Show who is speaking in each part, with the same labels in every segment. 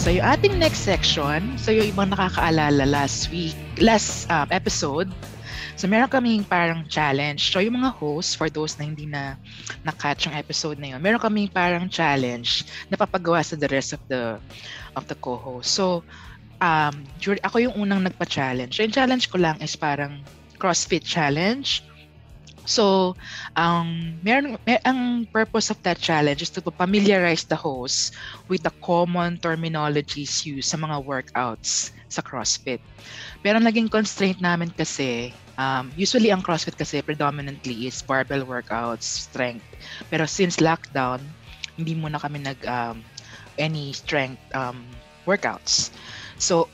Speaker 1: So yung ating next section, so yung ibang nakakaalala last week, last um, episode, so meron kaming parang challenge. So yung mga hosts, for those na hindi na na-catch yung episode na yun, meron kaming parang challenge na papagawa sa the rest of the of the co-host. So um, dur- ako yung unang nagpa-challenge. So yung challenge ko lang is parang CrossFit challenge. So, ang um, meron, mer- ang purpose of that challenge is to familiarize the host with the common terminologies used sa mga workouts sa CrossFit. Pero ang naging constraint namin kasi, um, usually ang CrossFit kasi predominantly is barbell workouts, strength. Pero since lockdown, hindi muna kami nag um, any strength um, workouts. So,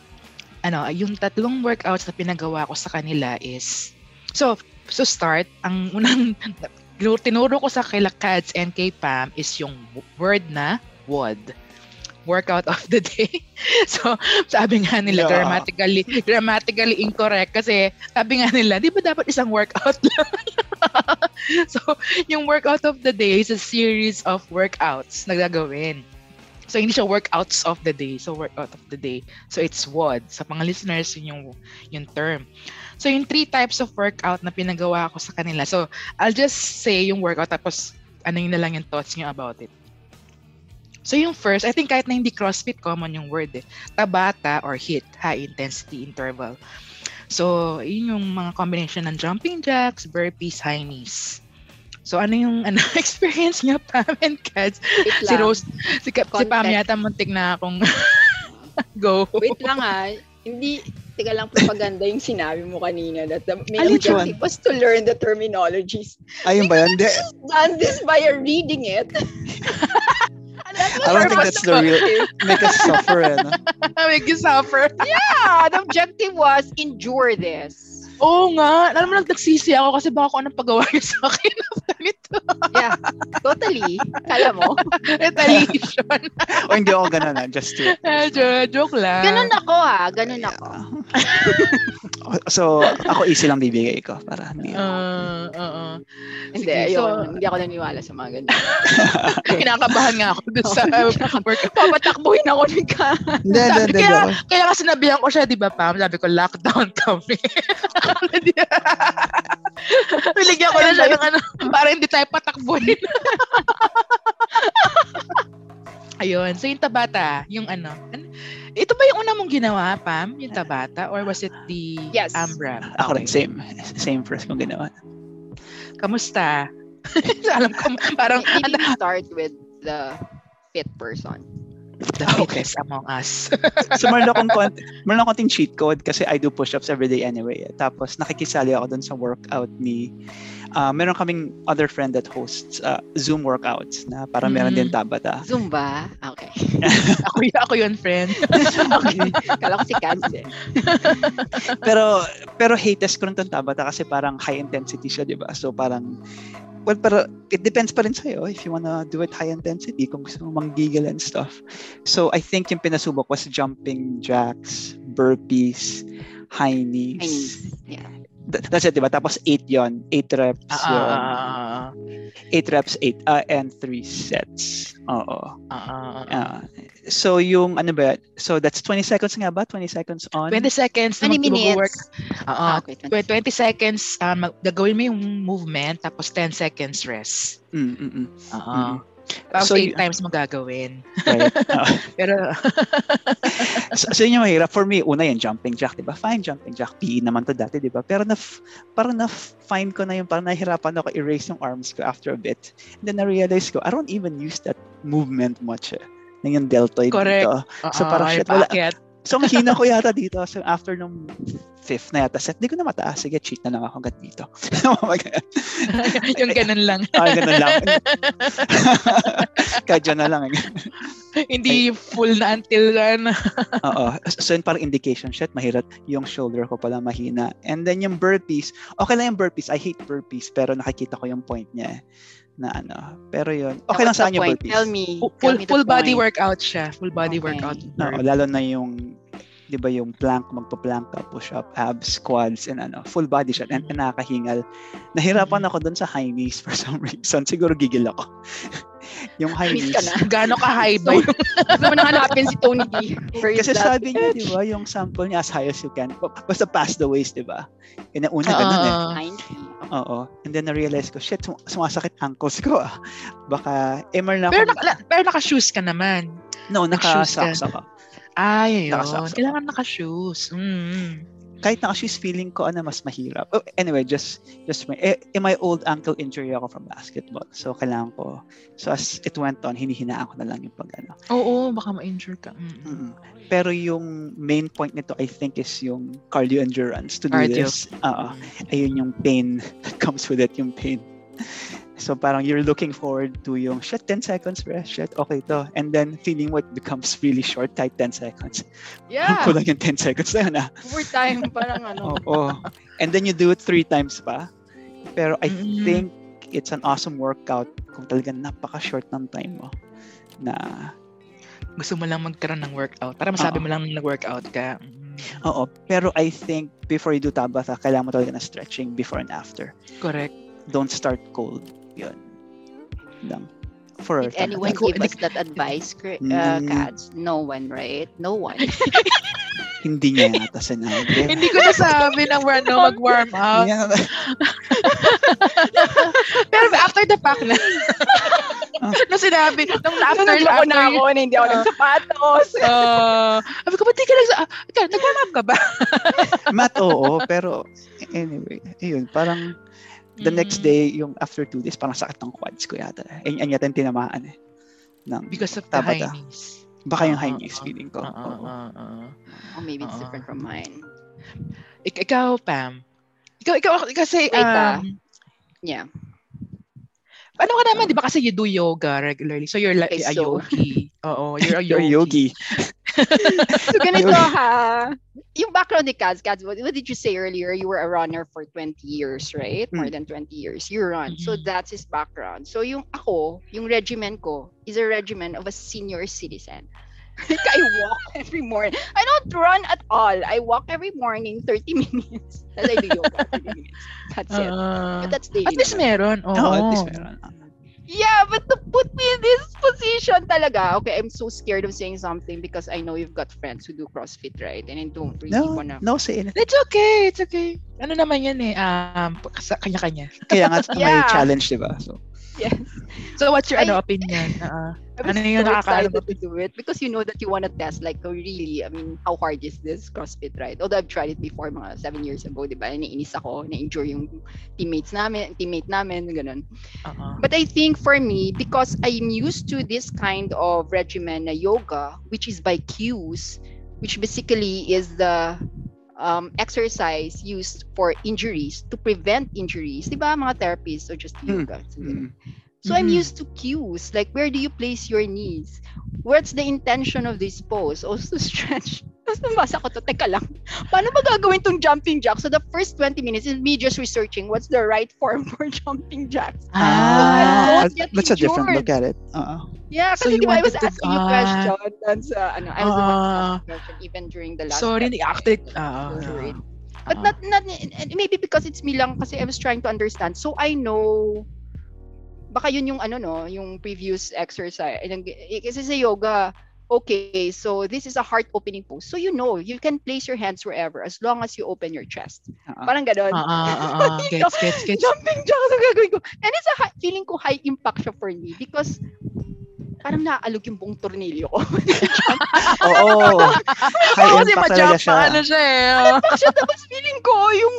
Speaker 1: ano, yung tatlong workouts na pinagawa ko sa kanila is So, so start, ang unang tinuro ko sa kila Cads and kay Pam is yung word na WOD. Workout of the day. so, sabi nga nila,
Speaker 2: Yeah.
Speaker 1: grammatically, grammatically incorrect kasi sabi nga nila, di ba dapat isang workout lang? so, yung workout of the day is a series of workouts na gagawin. So, hindi siya workouts of the day. So, workout of the day. So, it's WOD. Sa mga listeners, yun yung, yung term. So, yung three types of workout na pinagawa ko sa kanila. So, I'll just say yung workout tapos ano yun na lang yung thoughts nyo about it. So, yung first, I think kahit na hindi CrossFit, common yung word eh. Tabata or HIIT, high intensity interval. So, yun yung mga combination ng jumping jacks, burpees, high knees. So, ano yung ano, experience niya, Pam and Cats?
Speaker 3: Wait
Speaker 1: Si
Speaker 3: lang.
Speaker 1: Rose, si, Ka- si Pam
Speaker 3: Context.
Speaker 1: yata muntik na akong go.
Speaker 3: Wait lang ah. Hindi, tiga lang propaganda yung sinabi mo kanina that the main
Speaker 1: Alin
Speaker 3: objective was to learn the terminologies.
Speaker 2: Ayun ba yun? Hindi.
Speaker 3: Done this by reading it.
Speaker 2: I don't think that's the real. Make us suffer, eh, no?
Speaker 1: Make you suffer.
Speaker 4: Ah, the objective was endure this.
Speaker 1: Oo nga. Alam mo, nag- nagsisi ako kasi baka kung anong pagawa niya sa akin after nito.
Speaker 4: Totally. Kala mo?
Speaker 1: Retaliation.
Speaker 2: O hindi ako ganun, ah, just to.
Speaker 1: Jo- Joke lang.
Speaker 4: Ganun ako ah. Ganun ako.
Speaker 2: So, ako easy lang bibigay ko para hindi.
Speaker 1: Oo, oo.
Speaker 3: Hindi,
Speaker 1: Sige,
Speaker 3: ayoko.
Speaker 1: so-
Speaker 3: hindi ako naniwala sa mga ganyan.
Speaker 1: Kinakabahan nga ako dun sa uh, work.
Speaker 3: Papatakbuhin ako ni Ka.
Speaker 2: Hindi, hindi,
Speaker 1: Sabi
Speaker 2: hindi.
Speaker 1: kaya-
Speaker 2: hindi.
Speaker 1: Kaya nga sinabihan ko siya, di ba, Pam? Sabi ko, lockdown kami. Piligyan ko na siya ng ano, para hindi tayo patakbuhin. Ayun. So, yung Tabata, yung ano, an- ito ba yung una mong ginawa, Pam? Yung Tabata? Or was it the
Speaker 3: Yes.
Speaker 1: Amram?
Speaker 2: Ako rin, same. Same first kong ginawa.
Speaker 1: Kamusta? Alam ko, parang,
Speaker 4: Maybe
Speaker 1: ang
Speaker 4: we start with the fit person.
Speaker 1: the fittest among us.
Speaker 2: So, meron akong, kont- meron akong konting cheat code kasi I do push-ups every day anyway. eh. Tapos, nakikisali ako dun sa workout ni... ah meron kaming other friend that hosts ah, Zoom workouts na para meron
Speaker 1: Mm.
Speaker 2: din Tabata.
Speaker 4: Zumba. Okay.
Speaker 1: ako, y- ako yun, friend.
Speaker 3: Kala ko si Kads eh.
Speaker 2: pero pero hatest ko rin tong Tabata kasi parang high intensity siya, 'di ba? So parang well, pero it depends pa rin sa'yo if you wanna do it high intensity kung gusto mo manggigil and stuff. So I think yung pinasubok was jumping jacks, burpees, high knees.
Speaker 4: Chinese. Yeah.
Speaker 2: Th- that's it, 'di ba? Tapos 8 'yon, 8 reps.
Speaker 1: Ah,
Speaker 2: yun.
Speaker 1: ah, ah,
Speaker 2: 8 reps, 8 uh, and 3 sets. Oo.
Speaker 1: ah, ah, ah, ah.
Speaker 2: Ah, so yung ano ba? So that's 20 seconds nga ba? 20 seconds on.
Speaker 1: 20 seconds na mag-work.
Speaker 4: 20 Ano minutes.
Speaker 1: Oo,
Speaker 4: Ah, okay.
Speaker 1: 20 20
Speaker 4: 20.
Speaker 1: seconds, um, mag- gagawin mo yung movement, tapos 10 seconds rest.
Speaker 2: Mm, mm, mm.
Speaker 1: Oo. Tapos
Speaker 2: So,
Speaker 1: 8
Speaker 2: y-
Speaker 1: times mo gagawin.
Speaker 2: right. Oo.
Speaker 1: Pero,
Speaker 2: sa, sa inyo mahirap. For me, una yung jumping jack, di ba? Fine jumping jack. PE naman to dati, di ba? Pero na, parang na-find ko na yung, parang nahirapan ako erase yung arms ko after a bit. And then na-realize ko, I don't even use that movement much eh. Na yung deltoid
Speaker 1: Correct.
Speaker 2: dito. So,
Speaker 1: oo,
Speaker 2: parang
Speaker 1: yung
Speaker 2: shit, wala-
Speaker 1: paakyat.
Speaker 2: So, ang hina ko yata dito. So, after nung fifth na yata set, di ko na mataas. Sige, cheat na lang ako hanggang dito. oh my God.
Speaker 1: yung ganun lang.
Speaker 2: Ah, ganun lang. Kadyo na lang.
Speaker 1: Hindi full na until ano.
Speaker 2: Oo. So, yun parang indication, shit, mahirap yung shoulder ko pala mahina. And then yung burpees, okay lang yung burpees. I hate burpees, pero nakikita ko yung point niya eh, na ano. Pero yun, okay lang
Speaker 4: What's
Speaker 2: sa
Speaker 4: the
Speaker 2: akin yung
Speaker 4: point?
Speaker 2: burpees.
Speaker 4: Tell me. Tell
Speaker 1: Full,
Speaker 4: me the
Speaker 1: full body
Speaker 4: point.
Speaker 1: workout siya. Full body
Speaker 4: Okay.
Speaker 1: workout.
Speaker 2: Oo, lalo na yung, di ba yung plank, magpa-plank ka, push-up, abs, squats, and ano, full body shot, and, and nakakahingal.
Speaker 1: Mhm.
Speaker 2: Nahirapan ako dun sa high knees for some reason. Siguro gigil ako. Yung high
Speaker 3: Miss ka
Speaker 2: needs.
Speaker 3: na.
Speaker 1: Gano'ng ka-high ba yun?
Speaker 4: Huwag naman hanapin si Tony D. Praise
Speaker 2: Kasi
Speaker 4: that.
Speaker 2: sabi niya, di ba, yung sample niya as high as you can. Basta pass the waist, di ba? Yun ang una, ganun eh.
Speaker 1: Oo.
Speaker 3: 90.
Speaker 2: Oo. And then na-realize ko, shit, sum- sumasakit ankles ko ah. Baka MR na ako.
Speaker 1: Pero, naka, pero naka-shoes ka naman.
Speaker 2: no,
Speaker 1: nag-shoes ka.
Speaker 2: nakasocks ako.
Speaker 1: Ay, yun.
Speaker 2: Nakasaksak.
Speaker 1: Kailangan naka-shoes. Mm.
Speaker 2: Kahit naka-shoes, feeling ko ano, mas mahirap. Oh, anyway, just, just my, eh, eh, my old ankle injury ako from basketball. So, kailangan ko. So, as it went on, hinihinaan ko na lang yung pag ano.
Speaker 1: Oo, baka ma-injure ka. Mm.
Speaker 2: Mm-mm. Pero yung main point nito, I think, is yung cardio endurance to do
Speaker 1: Cardio.
Speaker 2: this.
Speaker 1: Ah,
Speaker 2: Oo. Ayun yung pain that comes with it, yung pain. So parang you're looking forward to yung, shit, 10 seconds, bro. Shit, okay to. And then feeling what becomes really short, tight 10 seconds. Ang
Speaker 4: Yeah.
Speaker 2: kulang yung 10 seconds na yun, ah.
Speaker 4: Overtime. Parang ano.
Speaker 2: Oo. And then you do it three times pa. Pero I
Speaker 1: Mm-mm.
Speaker 2: think it's an awesome workout kung talagang napaka-short ng time mo na
Speaker 1: Gusto mo lang magkaroon ng workout. Para masabi
Speaker 2: Oo.
Speaker 1: mo lang na nag-workout ka. Mm.
Speaker 2: Oo, pero I think before you do Tabata, kailangan mo talaga na stretching before and after.
Speaker 1: Correct.
Speaker 2: Don't start cold. Yun. Lang. For
Speaker 4: Did
Speaker 2: Tabata.
Speaker 4: anyone
Speaker 1: Hindi ko-
Speaker 4: give us that advice, Cr- uh,
Speaker 2: Mm.
Speaker 4: Kads? No one, right? No one.
Speaker 2: Hindi niya yata sinabi.
Speaker 1: Hindi ko nasabi na we're no mag-warm up.
Speaker 2: Yeah.
Speaker 1: Pero after the fact na,
Speaker 2: Ah.
Speaker 1: nung sinabi,
Speaker 4: Ano,
Speaker 1: nung after,
Speaker 3: Nanalo ko
Speaker 1: after,
Speaker 3: na ako na hindi
Speaker 4: Uh-huh.
Speaker 3: ako
Speaker 1: Ah.
Speaker 3: nagsapatos.
Speaker 1: Uh, sabi ko, ba't di ka nagsa- ah, ikaw, nag-warm up ka ba?
Speaker 2: Math, oo, pero anyway, ayun, parang the next
Speaker 1: Mm.
Speaker 2: day, yung after two days, parang sakit ng quads ko yata. Ayun, ayun yata yung tinamaan eh. Ng,
Speaker 1: Because of the high
Speaker 2: Tabata.
Speaker 1: knees.
Speaker 2: baka yung high
Speaker 1: Ah,
Speaker 2: knees
Speaker 1: ah,
Speaker 2: feeling ko.
Speaker 1: Oo, oo,
Speaker 2: Oo.
Speaker 1: oo.
Speaker 4: Oh, maybe it's
Speaker 1: Oo.
Speaker 4: different
Speaker 2: Uh-huh.
Speaker 4: from mine.
Speaker 1: uh-uh. Ik- ikaw, Pam. Ikaw, ikaw, kasi,
Speaker 4: Wait, ah.
Speaker 1: um,
Speaker 4: Yeah.
Speaker 1: ano ka naman, di ba? Kasi you do yoga regularly. So, you're like
Speaker 4: Okay,
Speaker 1: a
Speaker 4: so-
Speaker 1: yogi. Oo, you're a
Speaker 2: You're
Speaker 1: yogi.
Speaker 2: a yogi.
Speaker 4: So, ganito
Speaker 2: Yun.
Speaker 4: ha. Yung background ni Kads, Kads, what, what did you say earlier? You were a runner for 20 years, right?
Speaker 1: Hmm.
Speaker 4: More than 20 years. You run. So,
Speaker 1: Mhm.
Speaker 4: that's his background. So, yung ako, yung regimen ko, is a regimen of a senior citizen. like, I walk every morning. I don't run at all. I walk every morning 30 minutes. Tapos I do yoga 30 minutes. That's it.
Speaker 1: Ah.
Speaker 4: But that's daily.
Speaker 1: at least
Speaker 4: naman.
Speaker 1: meron. Oo.
Speaker 2: Oo, at least meron.
Speaker 4: Yeah, but to put me in this position talaga. Okay, I'm so scared of saying something because I know you've got friends who do CrossFit, right? And I don't really
Speaker 2: No,
Speaker 4: wanna.
Speaker 2: no, say anything.
Speaker 1: It's okay, it's okay. Ano naman yan eh, um, sa kanya-kanya.
Speaker 2: Kaya nga may
Speaker 4: Yeah.
Speaker 2: challenge, di ba? So,
Speaker 4: Yes.
Speaker 1: So, what's your, ano,
Speaker 4: Ay.
Speaker 1: opinion? Ah,
Speaker 4: I was
Speaker 1: Ano yun,
Speaker 4: so
Speaker 1: nakakaano
Speaker 4: excited to do it because you know that you wanna test like oh, really, I mean, how hard is this CrossFit, right? Although I've tried it before mga seven years ago, di ba? Naiinis ako, na-injure yung teammates namin, teammate namin, ganun.
Speaker 1: ah, ah.
Speaker 4: But I think for me, because I'm used to this kind of regimen na yoga, which is by cues, which basically is the um, exercise used for injuries to prevent injuries. Diba mga therapists or just
Speaker 2: Mm.
Speaker 4: yoga? So,
Speaker 2: mm.
Speaker 4: so I'm
Speaker 1: Mhm.
Speaker 4: used to cues. Like where do you place your knees? What's the intention of this pose? Also stretch. Tapos nabasa ko to, teka lang, paano ba gagawin tong jumping jack? So the first 20 minutes is me just researching what's the right form for jumping jacks.
Speaker 1: Ah,
Speaker 2: Ah,
Speaker 4: don't get
Speaker 2: that's a different
Speaker 4: injured.
Speaker 2: look at it. Uh-uh.
Speaker 4: Yeah,
Speaker 1: So
Speaker 4: kasi
Speaker 1: you
Speaker 4: di ba I
Speaker 1: wanted
Speaker 4: was
Speaker 1: to-
Speaker 4: asking you
Speaker 1: ah.
Speaker 4: question and sa ano, I was the one who
Speaker 1: Ah.
Speaker 4: asked the question even during the last
Speaker 1: Sorry,
Speaker 4: episode.
Speaker 1: acted.
Speaker 4: I
Speaker 1: Ah,
Speaker 4: was
Speaker 1: ah,
Speaker 4: worried. But
Speaker 1: ah.
Speaker 4: not, not, and maybe because it's me lang kasi I was trying to understand. So I know, baka yun yung ano no, yung previous exercise. And ang- eh, Kasi sa yoga, okay, so this is a heart opening pose. So you know, you can place your hands wherever as long as you open your chest.
Speaker 2: Uh-uh.
Speaker 4: Parang ganun.
Speaker 1: Ah, ah, ah, ah. Gets, gets, gets.
Speaker 4: Jumping jacks ang gagawin ko. And it's a high, feeling ko high impact siya for me because parang naaalog yung buong tornilyo ko.
Speaker 2: Oo. High
Speaker 1: Oo, kasi
Speaker 2: impact talaga
Speaker 1: ma-jump
Speaker 2: siya.
Speaker 1: pa, ano siya eh. oh.
Speaker 4: Impact siya tapos feeling ko yung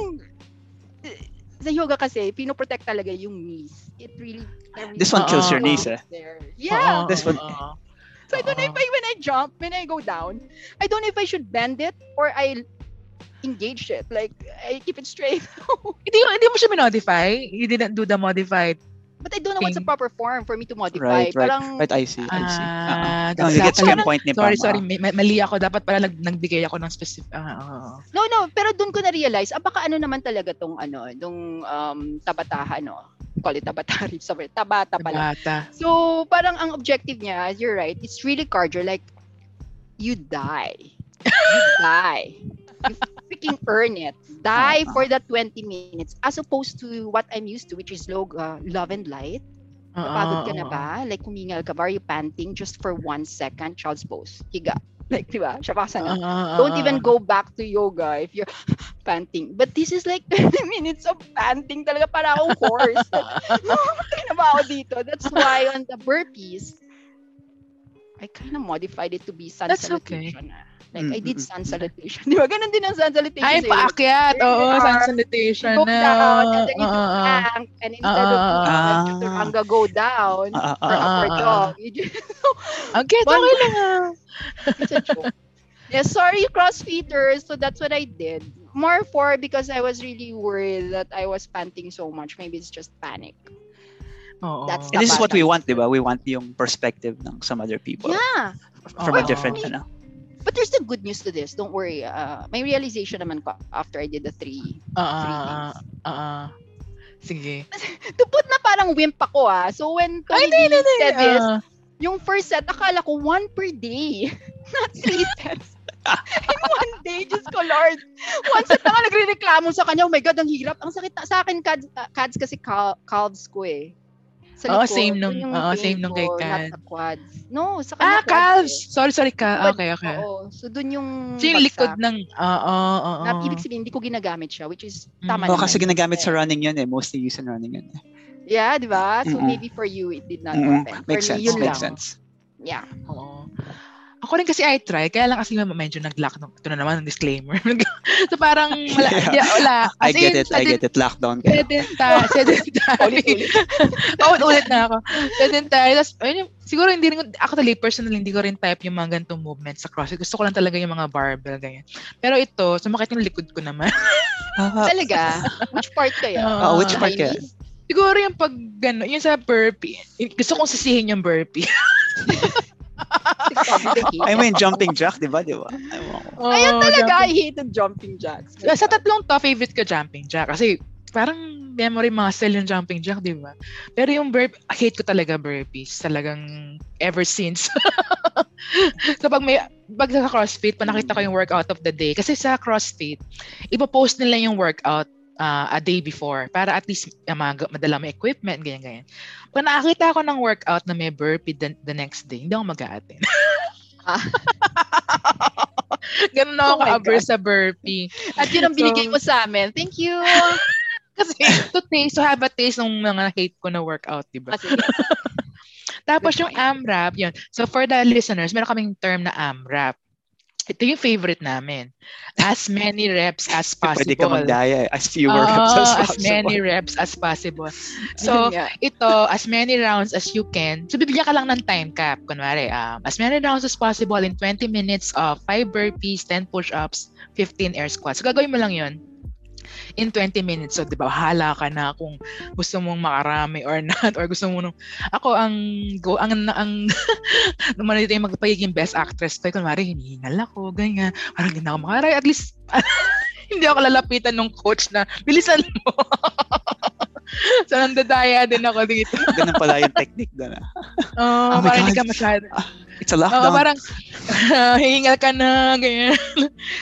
Speaker 4: eh, sa yoga kasi pinoprotect talaga yung knees. It really every-
Speaker 2: This one
Speaker 1: kills your
Speaker 4: Oo.
Speaker 2: knees, eh.
Speaker 4: There. Yeah.
Speaker 1: Oo,
Speaker 2: This one.
Speaker 1: oo, oo.
Speaker 4: So I don't know if I when I jump, when I go down, I don't know if I should bend it or I engage it. Like I keep it straight.
Speaker 1: Hindi, hindi mo siya minodify. You didn't do the modified.
Speaker 4: But I don't know what's the
Speaker 1: Okay.
Speaker 4: proper form for me to
Speaker 2: Right,
Speaker 4: modify.
Speaker 2: right.
Speaker 4: Parang
Speaker 2: Right, I see. I see. Uh-uh.
Speaker 1: Ah,
Speaker 2: No,
Speaker 1: that's
Speaker 2: you gets
Speaker 1: actually-
Speaker 2: yung point ni Pam.
Speaker 1: Sorry, sorry.
Speaker 2: ah.
Speaker 1: May, may- mali ako. Dapat pala nag, nagbigay ako ng specific. Ah, oo, oo.
Speaker 4: No, no, pero doon ko na-realize, ah, baka ano naman talaga tong ano, tong um, tabataha, no? Call it tabata, rib, sorry, tabata pala.
Speaker 1: Bata.
Speaker 4: So, parang ang objective niya, you're right, it's really cardio, like, you die. You die. You freaking earn it. Die
Speaker 2: Tama.
Speaker 4: for that 20 minutes as opposed to what I'm used to, which is log, uh, love and light. Napagod ka na ba? Like, kumingal ka ba? Are you panting just for one second? Child's pose. Higa. Like, di ba? Siya na. Don't
Speaker 2: Ah.
Speaker 4: even go back to yoga if you're panting. But this is like 30 minutes of panting talaga para akong horse. Mamatay na ba ako dito? That's why on the burpees, I kind of modified it to be sun
Speaker 1: That's okay.
Speaker 4: salutation. ah. Like, I did
Speaker 2: Mm, mm,
Speaker 4: sun salutation. Di ba? Ganun din ang sun salutation.
Speaker 1: Ay,
Speaker 4: sa'yo.
Speaker 1: paakyat. Oo,
Speaker 4: There
Speaker 1: sun
Speaker 4: are-
Speaker 1: salutation
Speaker 4: You go
Speaker 1: na.
Speaker 4: down, and then you
Speaker 2: Ah,
Speaker 1: Oo,
Speaker 4: do
Speaker 1: oo.
Speaker 4: plank, and instead of
Speaker 1: Ah.
Speaker 4: uh, chaturanga go down,
Speaker 2: Ah, ah,
Speaker 4: or um,
Speaker 2: ah,
Speaker 4: upward
Speaker 1: ah,
Speaker 4: dog, you just
Speaker 1: Okay,
Speaker 4: One-
Speaker 1: okay lang ah.
Speaker 4: It's a joke. yeah, sorry, CrossFitters. So that's what I did. More for because I was really worried that I was panting so much. Maybe it's just panic.
Speaker 1: Oo.
Speaker 4: That's
Speaker 2: And this is what we
Speaker 4: Tabata.
Speaker 2: want, di ba? We want yung perspective ng some other people
Speaker 4: Yeah. oh,
Speaker 2: from a
Speaker 1: Oo.
Speaker 2: different, ano.
Speaker 4: But there's the good news to this. Don't worry. Uh, my realization naman ko after I did the three.
Speaker 1: Ah, ah,
Speaker 4: three
Speaker 1: ah,
Speaker 4: things.
Speaker 1: ah, ah. Sige.
Speaker 4: Tupot na parang wimp ako ah. So when Tony D said this,
Speaker 1: Ah,
Speaker 4: yung first set, akala ko one per day. Not three sets. In one day, Diyos ko Lord. One set na nga nagre-reklamo sa kanya. Oh my God, ang hirap. Ang sakit na sa akin, Cads, ah, Cads kasi cal- calves ko eh. Sa
Speaker 1: Oo,
Speaker 4: likod.
Speaker 1: same
Speaker 4: Yun
Speaker 1: nung-
Speaker 4: yung
Speaker 1: oo,
Speaker 4: pain
Speaker 1: same nung kay
Speaker 4: ko, not
Speaker 1: Cads.
Speaker 4: sa quads. No, sa kanya
Speaker 1: ah,
Speaker 4: quads eh.
Speaker 1: calves. Sorry, sorry,
Speaker 4: Likod,
Speaker 1: cal. Okay, okay.
Speaker 4: Oo. So dun yung
Speaker 1: So yung likod
Speaker 4: bagsak.
Speaker 1: ng, ah, oo, oo, oo.
Speaker 4: Na- ibig sabihin, hindi ko ginagamit siya, which is
Speaker 1: Mm.
Speaker 4: tama
Speaker 1: Oo,
Speaker 2: Oh,
Speaker 4: naman.
Speaker 2: kasi ginagamit sa running yun eh. Mostly used in running yun. eh.
Speaker 4: Yeah, di ba? So
Speaker 2: Mm-mm.
Speaker 4: maybe for you, it did not
Speaker 2: Mm,
Speaker 4: happen.
Speaker 2: Makes
Speaker 4: Ah, for me,
Speaker 2: sense,
Speaker 4: yun
Speaker 2: makes
Speaker 4: lang.
Speaker 2: sense.
Speaker 4: Yeah.
Speaker 1: Oo. Ako rin kasi I try, kaya lang kasi medyo nag-lock nung, ito na naman, disclaimer. so parang, wala,
Speaker 2: Yeah.
Speaker 1: yeah. wala.
Speaker 2: I get it, I get it. Lockdown kayo.
Speaker 1: Sedentary. Sedentary.
Speaker 3: Ulit-ulit.
Speaker 1: ulit, ulit na ako. Sedentary. Tapos, ayun, yung- siguro hindi rin, ako talaga personally, hindi ko rin type yung mga ganitong movements sa CrossFit. Gusto ko lang talaga yung mga barbell, ganyan. Pero ito, sumakit yung likod ko naman.
Speaker 2: Ah,
Speaker 4: Talaga? Which part kaya?
Speaker 1: Ah,
Speaker 2: which part kaya?
Speaker 4: Chinese?
Speaker 1: Siguro yung pag, gano, yung sa burpee. Gusto kong sisihin yung burpee.
Speaker 2: I mean, jumping jack, di ba? Di ba? Ay, wow.
Speaker 3: Ayan
Speaker 1: Oo,
Speaker 3: talaga,
Speaker 1: oh, jumping
Speaker 3: I hated jumping jacks.
Speaker 1: Yeah, sa tatlong to, favorite ko jumping jack. Kasi parang memory muscle yung jumping jack, di ba? Pero yung burp, hate ko talaga burpees. Talagang ever since. Kapag may, pag sa CrossFit, pa nakita ko yung workout of the day. Kasi sa CrossFit, ipopost nila yung workout ah, a day before para at least ah, mag- madala may equipment, ganyan-ganyan. Pag nakakita ako ng workout na may burpee the, the next day, hindi ako mag-a-attend.
Speaker 4: Ah.
Speaker 1: Ganun ako
Speaker 4: Oh my
Speaker 1: ka-averse sa burpee.
Speaker 4: At yun ang
Speaker 1: So-
Speaker 4: binigay mo sa amin. Thank you.
Speaker 1: Kasi to taste, to have a taste ng mga hate ko na workout, di ba?
Speaker 4: Kasi,
Speaker 1: Tapos
Speaker 4: good
Speaker 1: yung AMRAP, yun. So for the listeners, meron kaming term na AMRAP. Ito yung favorite namin. As many reps as
Speaker 2: Pwede ka
Speaker 1: possible.
Speaker 2: magdaya eh. As fewer
Speaker 1: Oo,
Speaker 4: Ah,
Speaker 2: reps as
Speaker 1: as
Speaker 2: possible.
Speaker 1: many reps as possible.
Speaker 3: So,
Speaker 1: So, ito, as many rounds as you can. So, bibigyan ka lang ng time cap. Kunwari, um, as many rounds as possible in 20 minutes of 5 burpees, 10 push-ups, 15 air squats. So, gagawin mo lang yun in 20 minutes. So, di ba, hala ka na kung gusto mong makarami or not. Or gusto mo nung... Ako, ang... Go, ang, ang naman dito yung magpagiging best actress ko. Kunwari, hinihingal ako, ganyan. Parang hindi na ako makaray. At least, hindi ako lalapitan ng coach na, bilisan mo. so, nandadaya din ako dito.
Speaker 2: Ganun pala yung technique doon. ah.
Speaker 1: Oh,
Speaker 2: Oh my
Speaker 1: parang hindi
Speaker 2: God. Ah,
Speaker 1: ka masyado.
Speaker 2: It's a
Speaker 1: Oo,
Speaker 2: lockdown.
Speaker 1: parang hihingal ka na, ganyan.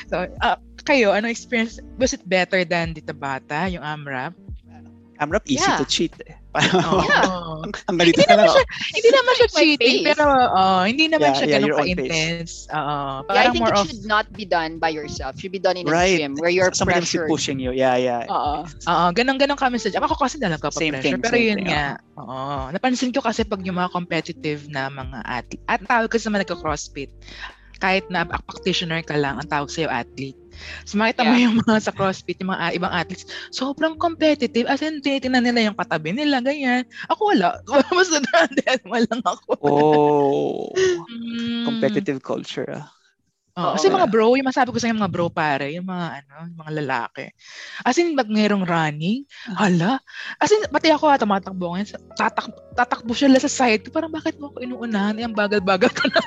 Speaker 1: so, ah, kayo, ano experience? Was it better than dito bata, yung AMRAP?
Speaker 2: AMRAP, easy
Speaker 4: Yeah. Oh.
Speaker 2: to cheat eh. Parang,
Speaker 4: Yeah.
Speaker 1: Oo.
Speaker 2: ang ganito
Speaker 1: Hindi
Speaker 2: ka lang.
Speaker 1: naman siya, hindi naman siya
Speaker 4: my
Speaker 1: cheating,
Speaker 4: pace.
Speaker 1: pero oo, hindi naman
Speaker 2: Yeah,
Speaker 1: siya
Speaker 2: yeah,
Speaker 1: ganun
Speaker 2: your own pace.
Speaker 1: ka-intense. Oo.
Speaker 4: yeah, I
Speaker 1: Parang
Speaker 4: think
Speaker 1: more
Speaker 4: it
Speaker 1: of,
Speaker 4: should not be done by yourself. should be done in a
Speaker 2: Right.
Speaker 4: gym where you're
Speaker 2: Somebody else
Speaker 4: pressured.
Speaker 2: pushing you. Yeah, yeah.
Speaker 4: Oo.
Speaker 1: oo, ganun-ganun kami sa Ako kasi talaga pa
Speaker 2: Same
Speaker 1: pressure.
Speaker 2: thing,
Speaker 1: pero
Speaker 2: same
Speaker 1: yun
Speaker 2: thing,
Speaker 1: nga, oo. Napansin ko kasi pag yung mga competitive na mga athlete, at ang tawag kasi naman nagka-crossfit, kahit na a practitioner ka lang, ang tawag sa'yo athlete. So makita mo
Speaker 4: Yeah.
Speaker 1: yung mga sa CrossFit, yung mga ah, ibang athletes, sobrang competitive. As in, tinitingnan nila yung katabi nila, ganyan. Ako wala. Mas nadarama lang ako.
Speaker 2: Oh,
Speaker 1: Mm.
Speaker 2: competitive culture. Ah.
Speaker 1: Oo,
Speaker 4: Oo.
Speaker 1: kasi mga bro, yung masabi ko sa inyo, mga bro pare, yung mga ano, yung mga lalaki. As in, pag merong running,
Speaker 4: Ah.
Speaker 1: hala. As in, pati ako ha, tumatakbo ngayon. sa- Tatak, tatakbo siya lang sa side ko. Parang bakit mo ako inuunahan? Eh, ang bagal-bagal ko na.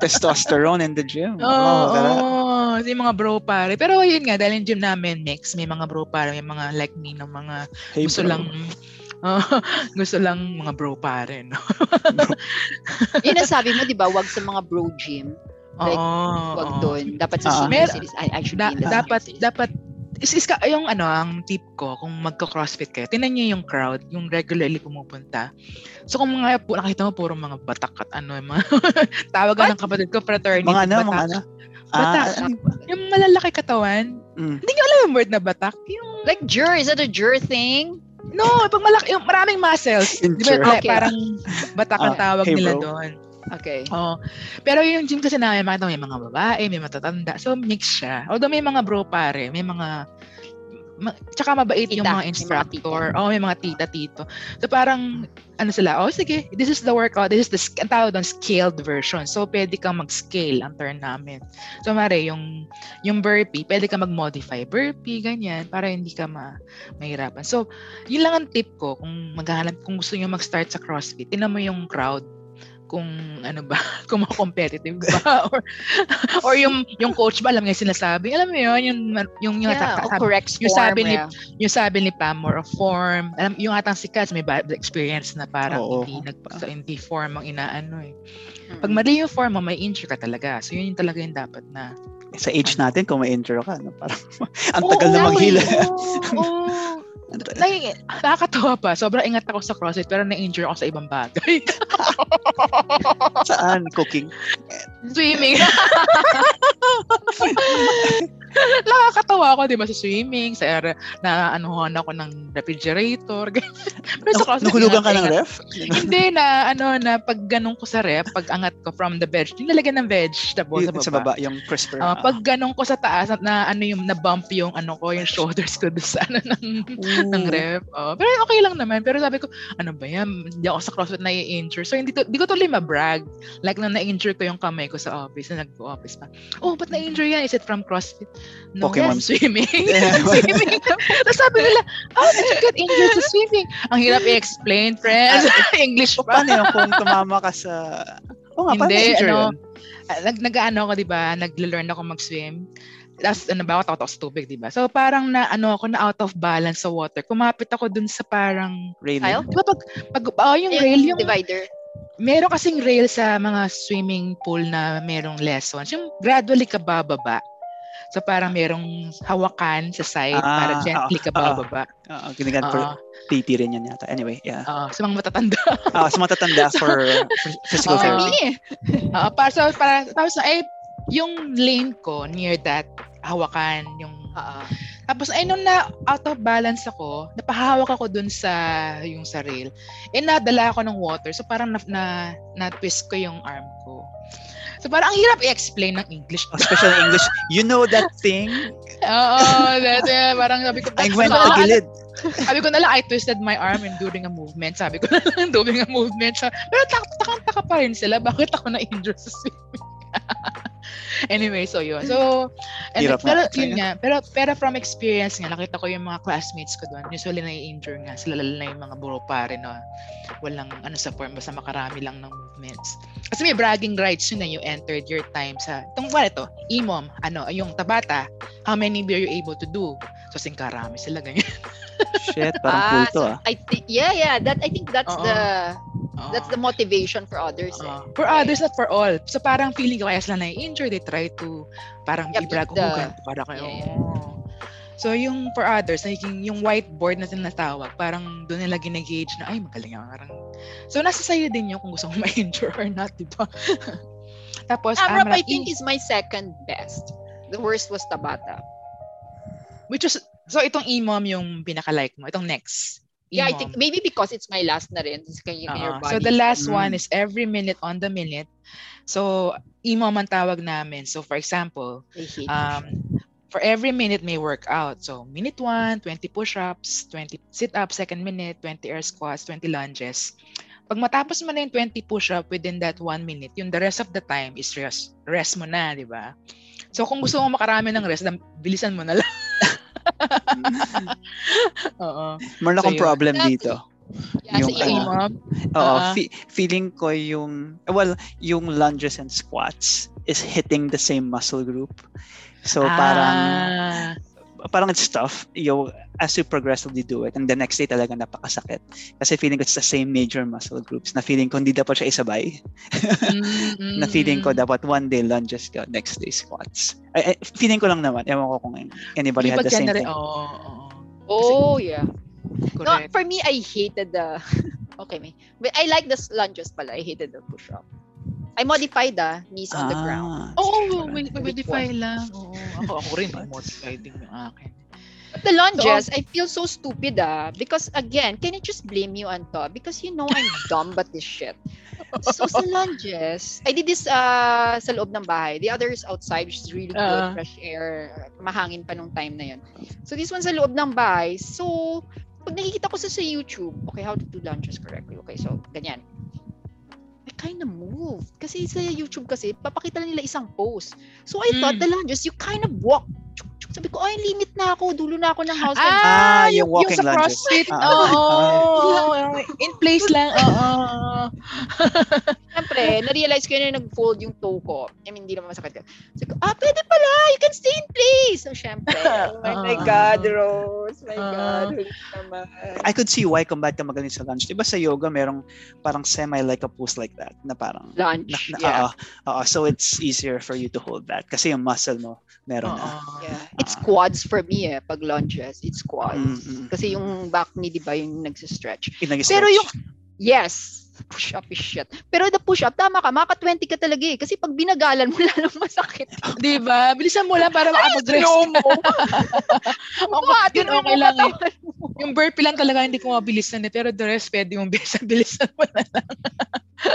Speaker 2: Testosterone in the gym.
Speaker 1: Oo,
Speaker 2: wow, tara.
Speaker 1: oo. Kasi yung mga bro pare. Pero yun nga, dahil yung gym namin, mix, may mga bro pare, may mga like me ng mga
Speaker 2: Hey,
Speaker 1: gusto
Speaker 2: bro.
Speaker 1: lang, Oo, gusto lang mga bro pare, no?
Speaker 4: Yun ang sabi mo, di ba? Wag sa mga bro gym. Like,
Speaker 1: Oo,
Speaker 4: Wag
Speaker 1: oo.
Speaker 4: doon. Dapat sa
Speaker 2: Ah.
Speaker 4: senior
Speaker 1: Mer-
Speaker 4: cities. I, I should
Speaker 1: Da-
Speaker 4: be in the
Speaker 1: dapat
Speaker 4: senior cities.
Speaker 1: dapat is, is ka, yung ano, ang tip ko, kung magka-crossfit kayo, tinan niyo yung crowd, yung regularly pumupunta. So kung mga, pu- nakita mo, puro mga batak at ano, yung mga, tawagan ng kapatid ko, fraternity,
Speaker 2: Mga ano,
Speaker 1: batak.
Speaker 2: mga ano.
Speaker 1: Batak.
Speaker 2: Ah,
Speaker 1: Yung malalaki katawan,
Speaker 2: mm.
Speaker 1: hindi nyo alam yung word na batak. Yung,
Speaker 5: Like jur, is that a jur thing?
Speaker 1: no, pag malaki, yung maraming muscles.
Speaker 2: Yung
Speaker 1: Di ba,
Speaker 2: jerk.
Speaker 1: like, parang batak ang
Speaker 2: Ah,
Speaker 1: tawag
Speaker 2: hey,
Speaker 1: nila
Speaker 2: bro.
Speaker 1: doon.
Speaker 5: Okay.
Speaker 1: Oo. Pero yung gym kasi namin, makita mo, may mga babae, may matatanda. So, mix siya. Although may mga bro pare, may mga... Ma- tsaka mabait yung
Speaker 5: Tita, may
Speaker 1: mga
Speaker 5: mga
Speaker 1: instructor. Oo, may mga tita, tito. So, parang, ano sila, oh, sige, this is the workout, this is the, sk- ang tawag doon, scaled version. So, pwede kang mag-scale ang turn namin. So, mare, yung, yung burpee, pwede kang mag-modify burpee, ganyan, para hindi ka ma mahirapan. So, yun lang ang tip ko, kung maghahanap, kung gusto nyo mag-start sa CrossFit, tinan mo yung crowd kung ano ba, kung mga competitive ba or or yung yung coach ba alam niya yung sinasabi. Alam mo 'yun, yung yung yung,
Speaker 5: Yeah,
Speaker 1: ata-
Speaker 5: o correct
Speaker 1: yung
Speaker 5: form,
Speaker 1: sabi ni-
Speaker 5: yeah.
Speaker 1: yung sabi ni Pam more of form. Alam yung atang si Kaz may bad experience na parang
Speaker 2: Oo.
Speaker 1: hindi nag sa hindi form ang inaano eh.
Speaker 5: Mm.
Speaker 4: Hmm.
Speaker 1: Pag mali yung form mo, may injure ka talaga. So yun yung talaga yung dapat na.
Speaker 2: Sa age natin, kung may intro ka, no? parang, ang
Speaker 1: Oo, eh.
Speaker 2: tagal na
Speaker 1: oo,
Speaker 2: maghila.
Speaker 1: Oo. oo. Nai- nakakatuwa pa. Sobrang ingat ako sa CrossFit pero na-injure ako sa ibang bagay.
Speaker 2: Saan? Cooking?
Speaker 1: Swimming. Nakakatawa ako, di ba, sa swimming, sa air, na anuhan ako ng refrigerator. ganyan. Pero sa
Speaker 2: Nah-
Speaker 1: closet,
Speaker 2: Nahulugan ka ng
Speaker 1: ingat-
Speaker 2: ref?
Speaker 1: Hindi na, ano, na pag ganun ko sa ref, pag angat ko from the veg, nilalagyan ng vegetable
Speaker 2: Yung
Speaker 1: sa
Speaker 2: sa
Speaker 1: baba.
Speaker 2: baba, yung crisper.
Speaker 1: Ah, pag ganun ko sa taas, na- na ano yung, na-bump yung, ano ko, yung shoulders ko doon sa, ano, ng, ng
Speaker 2: Mm.
Speaker 1: ref. Oh, pero okay lang naman. Pero sabi ko, ano ba yan? Hindi ako sa CrossFit na-injure. So, hindi, to, hindi ko tuloy ma-brag. Like, nung na-injure ko yung kamay ko sa office, na nag-office pa. Oh, ba't na-injure yan? Is it from CrossFit? No,
Speaker 2: Pokemon.
Speaker 1: Pokemon. swimming. swimming. Tapos sabi nila, oh, did you get injured sa swimming? Ang hirap i-explain, friends. English
Speaker 2: So,
Speaker 1: pa.
Speaker 2: paano yung kung tumama ka sa... Oo nga, paano
Speaker 1: Hindi,
Speaker 2: si Jerome?
Speaker 1: Ah, Nag, nag-ano ako, di ba? Nag-learn ako mag-swim. Tapos, ano ba, ako tataw sa tubig, di ba? So, parang na, ano ako, na out of balance sa water. Kumapit ako dun sa parang
Speaker 2: Railing.
Speaker 5: Kyle?
Speaker 1: Di ba pag, pag oh, yung rail, yung,
Speaker 4: divider.
Speaker 1: meron kasing rail sa mga swimming pool na merong lessons. Yung gradually ka bababa. So parang merong hawakan sa side
Speaker 2: Ah,
Speaker 1: para gently ka
Speaker 2: ah, ah.
Speaker 1: bababa.
Speaker 2: Oo, ginagan for
Speaker 1: Oo,
Speaker 2: PT rin yan yata. Anyway, yeah.
Speaker 1: oo, ah, sa mga matatanda.
Speaker 2: Ah, sa matatanda for for physical
Speaker 1: Oo.
Speaker 5: For
Speaker 2: therapy.
Speaker 5: me, eh.
Speaker 1: Oo, Ah, para, so, para, tapos na, eh, yung lane ko near that hawakan, yung
Speaker 4: Uh-uh.
Speaker 1: Tapos ay nung na out of balance ako, napahawak ako dun sa yung sa rail. Eh nadala ako ng water. So parang na, na, na twist ko yung arm ko. So parang ang hirap i-explain ng English.
Speaker 2: Oh, special English. You know that thing?
Speaker 1: Oo, that's it. Parang sabi ko,
Speaker 2: I went
Speaker 1: so,
Speaker 2: sa gilid.
Speaker 1: sabi ko na lang, I twisted my arm and during a movement. Sabi ko na lang, during a movement. So, pero tak- takang-taka pa rin sila. Bakit ako na-injure sa swimming? anyway, so yun. So, and,
Speaker 2: Hirap
Speaker 1: pero,
Speaker 2: nga.
Speaker 1: yun nga. Pero, pero from experience nga, nakita ko yung mga classmates ko doon. Usually na-injure nga. Sila lalo na yung mga buro pa rin na walang ano sa form. Basta makarami lang ng movements. Kasi may bragging rights yun na you entered your time sa, itong, wala ito, imom, ano, yung tabata, how many beer you able to do. So, singkarami sila, ganyan.
Speaker 2: Shit, parang kulto
Speaker 5: so
Speaker 2: ah.
Speaker 5: I thi- yeah, yeah. That I think that's
Speaker 1: Oo.
Speaker 5: the
Speaker 1: Oo.
Speaker 5: that's the motivation for others. eh.
Speaker 1: Oo. Ah, for others, not for all. So parang feeling ko kaya sila na-injure, they try to parang
Speaker 5: Yep,
Speaker 1: i-brag,
Speaker 5: the-
Speaker 1: oh, ganito para kayo.
Speaker 5: yeah,
Speaker 1: Oo. So yung for others, naging yung whiteboard na tinatawag, parang doon nila ginagauge na, ay, magaling ako. Parang... So nasa sa'yo din yun kung gusto mong ma-injure or not, di ba? Tapos, ah,
Speaker 5: Amrap,
Speaker 1: Amrap,
Speaker 5: Ah, I think is my second best. The worst was Tabata.
Speaker 1: which is, so itong imom yung pinaka-like mo, itong next.
Speaker 5: Yeah, I
Speaker 1: Imom.
Speaker 5: think maybe because it's my last na rin. It's kind of your
Speaker 1: Oo.
Speaker 5: body.
Speaker 1: Uh-uh. So the last
Speaker 2: Mm.
Speaker 1: one is every minute on the minute. So imom ang tawag namin. So for example,
Speaker 5: I hate
Speaker 1: um, for every minute may workout. So, minute 1, 20 push-ups, 20 sit-ups, second minute, 20 air squats, 20 lunges. Pag matapos mo na yung 20 push-up within that 1 minute, yung the rest of the time is rest, rest mo na, di ba? So, kung gusto mo makarami ng rest, dam- bilisan mo na lang. Oo.
Speaker 2: Meron
Speaker 1: So,
Speaker 2: akong
Speaker 1: yun.
Speaker 2: problem
Speaker 5: Exactly.
Speaker 2: dito.
Speaker 5: Yeah, oh,
Speaker 2: yung
Speaker 5: sa
Speaker 1: Yung
Speaker 2: ano.
Speaker 5: iyo.
Speaker 1: imam.
Speaker 2: Oo,
Speaker 1: Ah.
Speaker 2: fe- feeling ko yung, well, yung lunges and squats is hitting the same muscle group. So parang,
Speaker 1: Ah,
Speaker 2: parang it's tough you as you progressively do it and the next day talaga napakasakit kasi feeling ko it's the same major muscle groups na feeling ko hindi dapat siya isabay
Speaker 1: Mm-mm.
Speaker 2: na feeling
Speaker 1: Mm.
Speaker 2: ko dapat one day lunges ka next day squats ay, ay, feeling ko lang naman ewan ko kung anybody
Speaker 1: Iba
Speaker 2: had the same
Speaker 1: generate-
Speaker 2: thing
Speaker 1: Oo, oo, oo.
Speaker 4: Oh, yeah. No,
Speaker 1: Correct.
Speaker 4: for me, I hated the... Okay, may. But I like the lunges pala. I hated the push-up. I modified
Speaker 5: ah,
Speaker 4: the knees
Speaker 2: Ah.
Speaker 4: on the ground.
Speaker 1: Oo, oh, may, may
Speaker 4: Which
Speaker 1: modify lang. Oo, ako, ako rin, may modify din yung akin.
Speaker 4: But the lunges, I feel so stupid ah. Because again, can I just blame you, Anto? Because you know I'm dumb but this shit. So sa lunges, I did this uh, sa loob ng bahay. The other is outside, which is really good.
Speaker 1: Ah.
Speaker 4: fresh air. Mahangin pa nung time na yun. So this one sa loob ng bahay. So, pag nakikita ko sa, sa YouTube, okay, how to do lunges correctly. Okay, so ganyan. I kind of moved. Kasi sa YouTube kasi, papakita lang nila isang pose. So I thought
Speaker 1: Mm.
Speaker 4: the lunges, you kind of walk. Tsuk, tsuk. Sabi ko, ay, limit na ako. Dulo na ako ng house.
Speaker 1: Ah,
Speaker 2: ah yung walking
Speaker 1: yung sa
Speaker 2: lunges
Speaker 1: CrossFit,
Speaker 2: Ah,
Speaker 1: oo. oo, oo. in place lang, oo.
Speaker 4: Siyempre, na-realize ko yun na nag-fold yung toe ko. I mean, hindi naman masakit. Sabi ko, ah, pwede pala! You can stay in place! So, syempre.
Speaker 6: Oh
Speaker 4: Ah.
Speaker 6: my God, Rose. My
Speaker 1: Ah.
Speaker 6: God. Huli naman.
Speaker 2: I could see why kung bakit ka magaling sa lunge. Diba sa yoga, merong parang semi-like a pose like that na parang na, ah.
Speaker 4: Lunge.
Speaker 2: na,
Speaker 4: yeah.
Speaker 2: oo, oo. so it's easier for you to hold that kasi yung muscle mo meron na.
Speaker 1: Oo.
Speaker 4: yeah. It's quads for me eh. Pag lunges, it's quads.
Speaker 2: Mm, mm.
Speaker 4: Kasi yung back knee, di ba, yung nagsistretch.
Speaker 2: Inag-stretch.
Speaker 4: Pero yung- Yes! Push-up is shit. Pero the push-up, tama ka, maka-20 ka talaga eh. Kasi pag binagalan mo, lalong masakit.
Speaker 1: Di ba? Bilisan mo lang para makapag-dress.
Speaker 4: mo!
Speaker 1: Ako, yun okay lang eh. Yung burpee lang talaga hindi ko mabilisan eh. Pero the rest, pwede mong bilisan, bilisan mo na.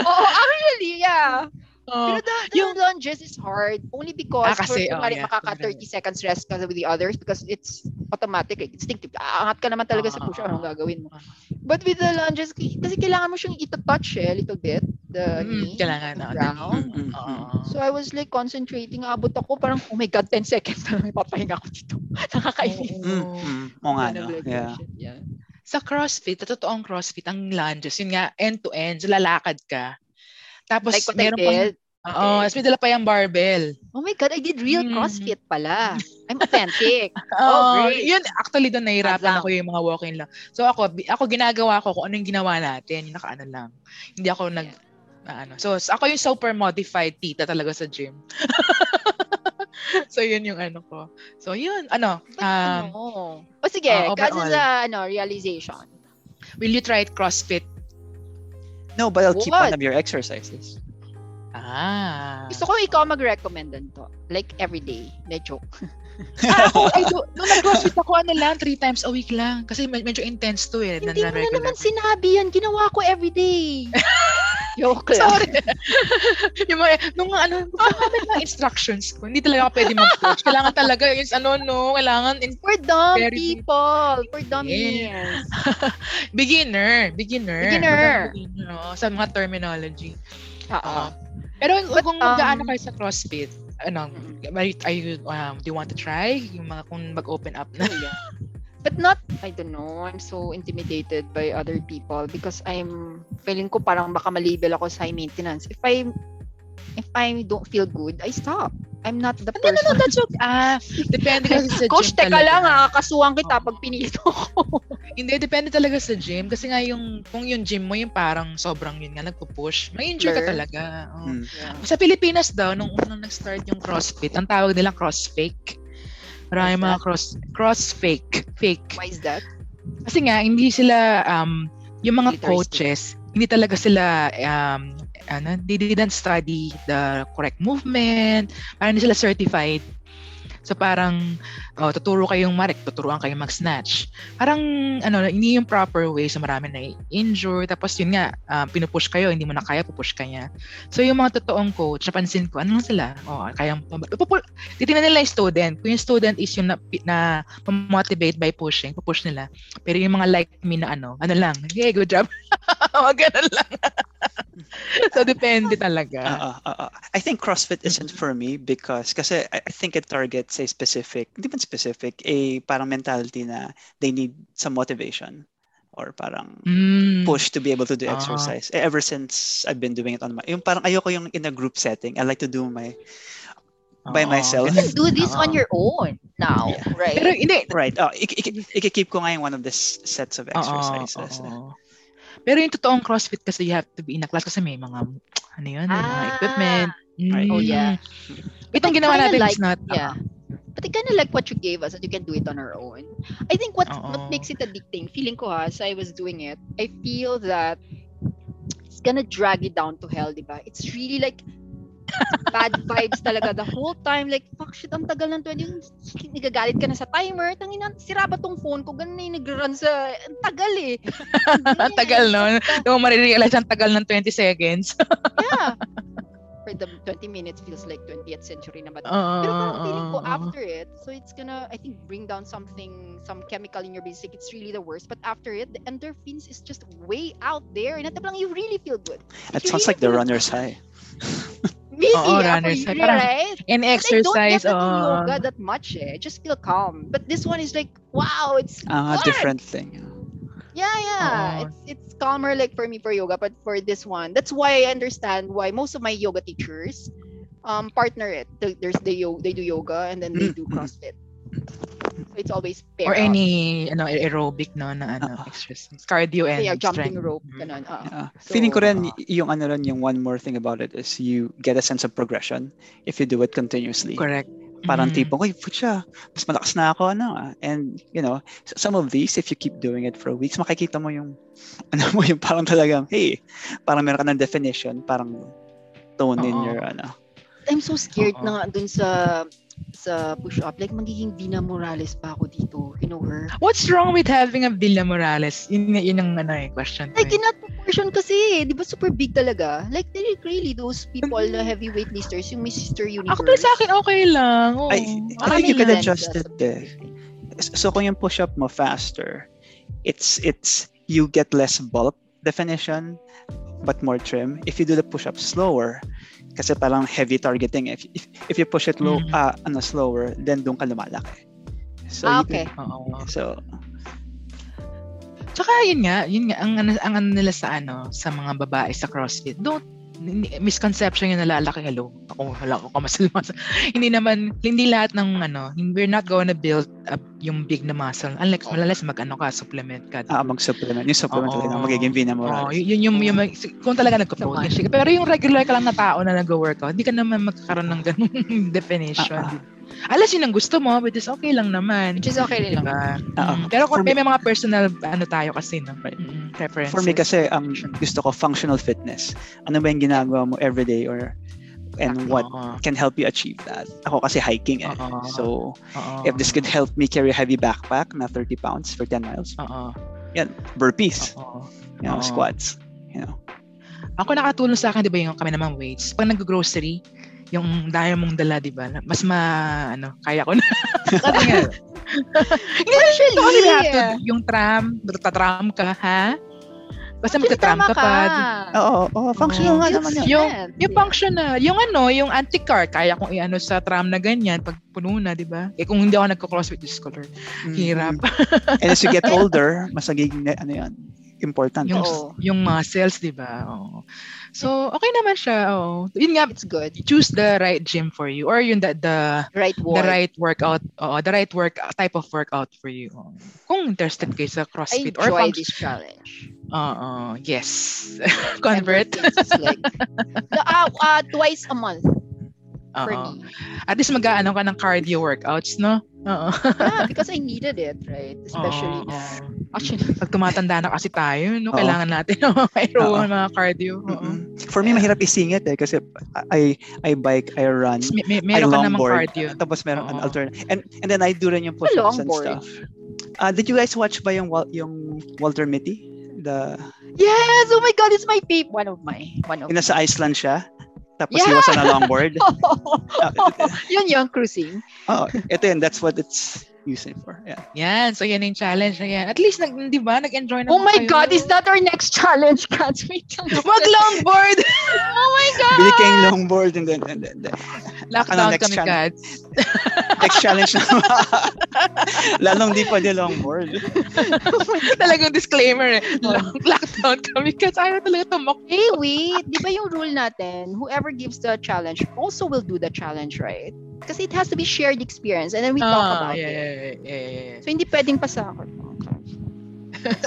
Speaker 4: Oo, actually,
Speaker 1: Oo.
Speaker 4: yeah. Pero the, the
Speaker 1: Yung-
Speaker 4: lunges is hard only because
Speaker 1: Ah, kasi, oh,
Speaker 4: for kumari
Speaker 1: yeah.
Speaker 4: makaka 30 seconds rest ka with the others because it's automatic, eh. instinctive. Aangat ka naman talaga
Speaker 1: Ah,
Speaker 4: sa push-up,
Speaker 1: ah,
Speaker 4: anong gagawin mo.
Speaker 1: ah.
Speaker 4: But with the lunges, k- kasi kailangan mo siyang ito-touch eh, a little bit, the
Speaker 1: Mm,
Speaker 4: knee.
Speaker 1: kailangan,
Speaker 4: the
Speaker 1: ah, the
Speaker 4: ground.
Speaker 2: Mm, mm, mm.
Speaker 1: Oo.
Speaker 4: So I was like concentrating, abot ako, parang, oh my God, 10 seconds na lang papahinga ako dito.
Speaker 2: Mm,
Speaker 4: Nakakainis.
Speaker 1: Oo.
Speaker 2: mm. Oo nga, no?
Speaker 4: Parang like,
Speaker 2: Yeah.
Speaker 4: shit, yeah.
Speaker 1: Sa CrossFit, sa totoong CrossFit, ang lunges, yun nga, end-to-end, so lalakad ka. Tapos,
Speaker 4: Like what I
Speaker 1: meron pang,
Speaker 4: did.
Speaker 1: oo, tapos may dala pa yung barbell.
Speaker 4: Oh my God, I did real
Speaker 1: Mm.
Speaker 4: CrossFit pala. I'm authentic.
Speaker 1: Oh,
Speaker 4: great.
Speaker 1: Yun, actually doon
Speaker 4: Alam.
Speaker 1: nahirapan ako yung mga walking lang. So ako, bi- ako ginagawa ko kung ano yung ginawa natin, yung nakaano lang. Hindi ako nag, na ano. So s- ako yung super modified tita talaga sa gym. so yun yung ano ko. So yun, ano,
Speaker 4: But
Speaker 1: um,
Speaker 4: ano? O sige,
Speaker 1: ah,
Speaker 4: kasi
Speaker 1: overall.
Speaker 4: sa ano, realization.
Speaker 1: will you try it CrossFit?
Speaker 2: No, but I'll keep
Speaker 4: What?
Speaker 2: one of your exercises.
Speaker 1: Ah.
Speaker 4: Gusto ko ikaw mag-recommend nito. Like every day. Na joke.
Speaker 1: ah, ako, I do, nung nag-CrossFit ako, ano lang, three times a week lang. Kasi med- medyo intense to eh.
Speaker 4: Hindi mo na
Speaker 1: non-regular.
Speaker 4: naman sinabi yan. Ginawa ko every day. joke lang.
Speaker 1: Sorry. yung mga, nung ano, yung mga instructions ko, hindi talaga ako pwede mag-coach. Kailangan talaga, yung ano, no, kailangan in-
Speaker 4: For dumb
Speaker 1: Very-
Speaker 4: people. For dummies.
Speaker 1: beginner, beginner.
Speaker 4: Beginner.
Speaker 1: Beginner, oo, sa mga terminology.
Speaker 4: Oo.
Speaker 1: Oo. Pero
Speaker 4: But,
Speaker 1: kung
Speaker 4: um,
Speaker 1: mag-ano kayo sa CrossFit, ano,
Speaker 4: Mm.
Speaker 1: are you, are you, um, do you want to try? Yung mga, kung mag-open up na.
Speaker 4: But not, I don't know, I'm so intimidated by other people because I'm, feeling ko parang baka malabel ako sa high maintenance. If I, if I don't feel good, I stop. I'm not the
Speaker 1: No, no, no,
Speaker 4: person.
Speaker 1: that's okay. Ah, depende kasi sa gym
Speaker 4: Ano Coach, teka
Speaker 1: talaga.
Speaker 4: lang ah. ha, kasuhan kita pag pinito ko.
Speaker 1: Hindi, depende talaga sa gym. Kasi nga yung, kung yung gym mo, yung parang sobrang yun nga, nagpo-push, may injure ka
Speaker 4: Blur.
Speaker 1: talaga. oo.
Speaker 2: Mm.
Speaker 1: Sa Pilipinas daw, nung unang nag-start yung CrossFit, ang tawag nilang cross-fake. Maraming mga cross, cross-fake. Fake.
Speaker 4: Why is that?
Speaker 1: Kasi nga, hindi sila, um, yung mga
Speaker 4: Literacy.
Speaker 1: coaches, hindi talaga sila, um, ano, they didn't study the correct movement, parang hindi sila certified. So parang, oh, tuturo kayong marek, tuturuan kayong mag-snatch. Parang, ano, hindi yung proper way, so marami na injure. Tapos yun nga, um, pinupush kayo, hindi mo na kaya, pupush ka niya. So yung mga totoong coach, napansin ko, ano lang sila? Oh, kaya, pupul- titignan nila yung student. Kung yung student is yung na, na motivate by pushing, pupush nila. Pero yung mga like me na ano, ano lang, hey, good job. Mga ganun lang. so, depende
Speaker 4: Oh.
Speaker 1: talaga.
Speaker 2: Ah, ah, ah, ah. I think CrossFit isn't for me because kasi I I think it targets a specific, hindi man specific, a parang mentality na they need some motivation or parang
Speaker 1: Mm.
Speaker 2: Ah, push to be able to do
Speaker 1: Ah.
Speaker 2: exercise. Eh, Ever since I've been doing it on my, yung parang ayoko yung in a group setting. I like to do my by
Speaker 1: Oo.
Speaker 2: myself.
Speaker 4: You can do this
Speaker 1: Oo.
Speaker 4: on your own now, right?
Speaker 1: Pero hindi,
Speaker 2: Right. Oh, ik- ik- ikikip ko nga yung one of the s- sets of
Speaker 1: Oo,
Speaker 2: exercises.
Speaker 1: oo. Pero yung totoong CrossFit kasi you have to be in a class kasi may mga, ano yun, may mga
Speaker 4: Ah.
Speaker 1: equipment. Mm.
Speaker 2: Right.
Speaker 4: Oh, yeah.
Speaker 1: Itong
Speaker 4: But
Speaker 1: ginawa
Speaker 4: kinda
Speaker 1: natin
Speaker 4: like-
Speaker 1: is not,
Speaker 4: yeah. But I kind of like what you gave us that you can do it on our own. I think what
Speaker 1: Oo.
Speaker 4: what makes it addicting, feeling ko ha, as I was doing it, I feel that it's gonna drag you down to hell, di ba? It's really like bad vibes talaga the whole time. Like, fuck shit, ang tagal ng 20. Yung nagagalit ka na sa timer. Tangina, sira ba tong phone ko? Ganun na yung nag-run sa... Ang tagal eh.
Speaker 1: ang tagal nun. Hindi mo marirealize ang tagal ng 20 seconds.
Speaker 4: Yeah. For the 20 minutes feels like 20th century na ba?
Speaker 1: Oo,
Speaker 4: Pero parang feeling ko
Speaker 1: oo, oo.
Speaker 4: after it, so it's gonna, I think, bring down something, some chemical in your basic. It's really the worst. But after it, the endorphins is just way out there. And at the lang, you really feel good.
Speaker 2: It sounds like the runner's high.
Speaker 4: Maybe,
Speaker 1: Oo,
Speaker 4: ah,
Speaker 1: runners,
Speaker 4: for you,
Speaker 1: parang
Speaker 4: right?
Speaker 1: And
Speaker 4: But I don't get
Speaker 1: exercise,
Speaker 4: that in
Speaker 1: oh.
Speaker 4: yoga that much eh. I just feel calm. But this one is like, wow, it's,
Speaker 2: Ah,
Speaker 4: Alright.
Speaker 2: different thing.
Speaker 4: yeah, yeah.
Speaker 1: Oo.
Speaker 4: It's, it's calmer like for me for yoga. But for this one, that's why I understand why most of my yoga teachers um partner it. They- There's the yo- they do yoga and then they
Speaker 2: Mm,
Speaker 4: do
Speaker 2: mm.
Speaker 4: CrossFit. So it's always
Speaker 1: Mm-hmm.
Speaker 4: pair
Speaker 1: Or
Speaker 4: up.
Speaker 1: any ano aerobic no na ano
Speaker 2: Oo.
Speaker 1: exercise cardio and
Speaker 4: Kaya jumping
Speaker 1: strength.
Speaker 4: rope,
Speaker 1: Mm.
Speaker 4: ganun. ah.
Speaker 2: Yeah.
Speaker 4: So,
Speaker 2: Feeling ko rin,
Speaker 4: ah.
Speaker 2: y- yung ano rin, yung one more thing about it is you get a sense of progression if you do it continuously.
Speaker 1: Correct.
Speaker 2: Parang
Speaker 1: Mm.
Speaker 4: Mm-hmm.
Speaker 2: tipong, uy, putya, mas malakas na ako, ano ah." And, you know, s- some of these, if you keep doing it for weeks, makikita mo yung, ano mo, yung parang talagang, hey, parang meron ka ng definition, parang tone in
Speaker 1: Oo.
Speaker 2: your, ano.
Speaker 4: I'm so scared
Speaker 1: Oo.
Speaker 4: na dun sa sa push-up. Like, magiging Dina Morales pa ako dito. You know her?
Speaker 1: What's wrong with having a Villa Morales? Yun, yun ang ano eh, question. ko
Speaker 4: Like,
Speaker 1: eh.
Speaker 4: in that proportion kasi, eh, di ba super big talaga? Like, they're really those people na heavyweight listers, yung may sister universe.
Speaker 1: Ako din sa akin okay lang. Oo.
Speaker 2: Ay, I
Speaker 4: Maraming
Speaker 2: think you can
Speaker 4: events,
Speaker 2: adjust
Speaker 4: ah,
Speaker 2: it
Speaker 4: sa-
Speaker 2: eh. S- So kung yung push-up mo faster, it's, it's, you get less bulk definition, but more trim. If you do the push-up slower, kasi parang heavy targeting. If, if, if you push it low,
Speaker 4: Mm-hmm.
Speaker 1: Mm.
Speaker 2: ah, ano, slower, then doon ka lumalaki. So,
Speaker 4: Ah,
Speaker 2: you can-
Speaker 4: okay.
Speaker 1: Oo.
Speaker 2: so
Speaker 1: Tsaka yun nga, yun nga ang ano- ang ano nila sa ano sa mga babae sa CrossFit. Don't n- n- misconception yung nalalaki hello ako wala ako muscle muscle hindi naman hindi lahat ng ano we're not gonna build up yung big na muscle unless unless mag ano ka supplement ka
Speaker 2: ah, mag-supplement. Yung supplement
Speaker 1: Oo.
Speaker 2: talaga magiging Vina
Speaker 1: Oh,
Speaker 2: Morales.
Speaker 1: yun yung, yung, kung talaga nagpo-protein
Speaker 4: Tama.
Speaker 1: siya. Pero yung regular ka lang na tao na nag-workout, hindi ka naman magkakaroon ng ganung definition.
Speaker 2: Ah, Mm.
Speaker 1: Alas yun ang gusto mo, which is okay lang naman.
Speaker 4: Which is okay rin lang.
Speaker 1: Diba?
Speaker 2: Ah,
Speaker 1: Mm. Pero kung
Speaker 2: For me-
Speaker 1: may, may mga personal ano tayo kasi, no?
Speaker 2: Right.
Speaker 1: Mm, preferences.
Speaker 2: For me kasi, ang gusto ko functional fitness. Ano ba yung ginagawa mo everyday or and what
Speaker 1: Ah, Oo,
Speaker 2: can help you achieve that? Ako kasi hiking eh.
Speaker 1: oo,
Speaker 2: So,
Speaker 1: oo,
Speaker 2: if this could help me carry a heavy backpack na 30 pounds for 10 miles,
Speaker 1: Oo,
Speaker 2: burpees,
Speaker 1: oo.
Speaker 2: you know,
Speaker 1: Oo.
Speaker 2: squats, you know.
Speaker 1: Ako nakatulong sa akin, di ba, yung kami naman weights. Pag nag-grocery, yung daya mong dala, di ba, mas ma, ano, kaya ko na. Kasi nga,
Speaker 4: Actually,
Speaker 1: Ito kasi lahat to,
Speaker 4: eh.
Speaker 1: yung tram, tatram ka, ha? Basta
Speaker 4: Actually,
Speaker 1: magta-tram
Speaker 4: tama
Speaker 1: ka
Speaker 4: Oh,
Speaker 1: pa.
Speaker 2: Oo, oo, functional nga
Speaker 4: Yes,
Speaker 2: naman yun.
Speaker 1: Yung-
Speaker 4: yes.
Speaker 1: Yung functional, yung ano, yung anti-car, kaya kong i-ano sa tram na ganyan, pag puno na, di ba? Eh kung hindi ako nagko-crossfit, Diyos ko, Lord,
Speaker 2: Mm.
Speaker 1: hirap.
Speaker 2: And as you get older, mas nagiging, na- ano yan, important.
Speaker 1: yung,
Speaker 4: Oo.
Speaker 1: yung muscles, di ba? Oo. So, okay naman siya, oo. Yun nga,
Speaker 4: It's good.
Speaker 1: choose the right gym for you or yung the, the
Speaker 4: Right
Speaker 1: the
Speaker 4: wall.
Speaker 1: right workout, oo, the right work type of workout for you. oo. Kung interested kayo sa
Speaker 4: I
Speaker 1: CrossFit or
Speaker 4: enjoy
Speaker 1: function,
Speaker 4: this challenge.
Speaker 1: oo, yes. Convert.
Speaker 4: Everything is like, no, ah, ah, twice a month for
Speaker 1: Oo.
Speaker 4: me.
Speaker 1: At least mag-aano ka ng cardio workouts, no? Oo.
Speaker 4: Yeah, because I needed it, right? Especially,
Speaker 1: Oo.
Speaker 4: actually,
Speaker 1: Pag tumatanda na kasi tayo, no?
Speaker 2: Oo.
Speaker 1: Kailangan natin ng mga aero,
Speaker 2: Oo.
Speaker 1: mga cardio. Oo.
Speaker 2: Mm-mm. For me, mahirap isingit eh kasi I I bike, I run,
Speaker 1: Tapos may- may-
Speaker 2: I
Speaker 1: meron ka namang
Speaker 2: longboard.
Speaker 1: cardio.
Speaker 2: Tapos meron an
Speaker 1: Oo.
Speaker 2: alternate. And and then I do rin yung push-ups and
Speaker 4: longboard?
Speaker 2: stuff. Uh, did you guys watch ba yung Wal- yung Walter Mitty? The
Speaker 4: yes, oh my God, it's my peep. One of my, one of
Speaker 2: yung nasa Iceland siya. Tapos he
Speaker 4: Yeah!
Speaker 2: was on a longboard. Uh,
Speaker 4: yun yung cruising.
Speaker 2: oh, ito yun, that's what it's using for. Yeah.
Speaker 1: Yan. So, yan yung challenge na yan. At least, nag, di ba? Nag-enjoy naman
Speaker 4: Oh my
Speaker 1: kayo.
Speaker 4: God, is that our next challenge, Cats? Wait lang.
Speaker 1: Wag longboard!
Speaker 4: Oh my God!
Speaker 2: Bili ka yung longboard and then, and then, and then.
Speaker 1: Lockdown
Speaker 2: Ano, next
Speaker 1: kami,
Speaker 2: challenge?
Speaker 1: Kads.
Speaker 2: next challenge na. Lalong di pwede longboard.
Speaker 1: Talagang disclaimer. eh.
Speaker 2: Oh.
Speaker 1: Lock- Lockdown kami, Kads. Ayaw talaga tumakbo.
Speaker 4: Hey, wait. Di ba yung rule natin, whoever gives the challenge also will do the challenge, right? Kasi it has to be shared experience and then we talk
Speaker 1: Ah,
Speaker 4: about
Speaker 1: yeah,
Speaker 4: it.
Speaker 1: yeah, yeah, yeah, yeah, yeah.
Speaker 4: So hindi pwedeng pasakot. Okay.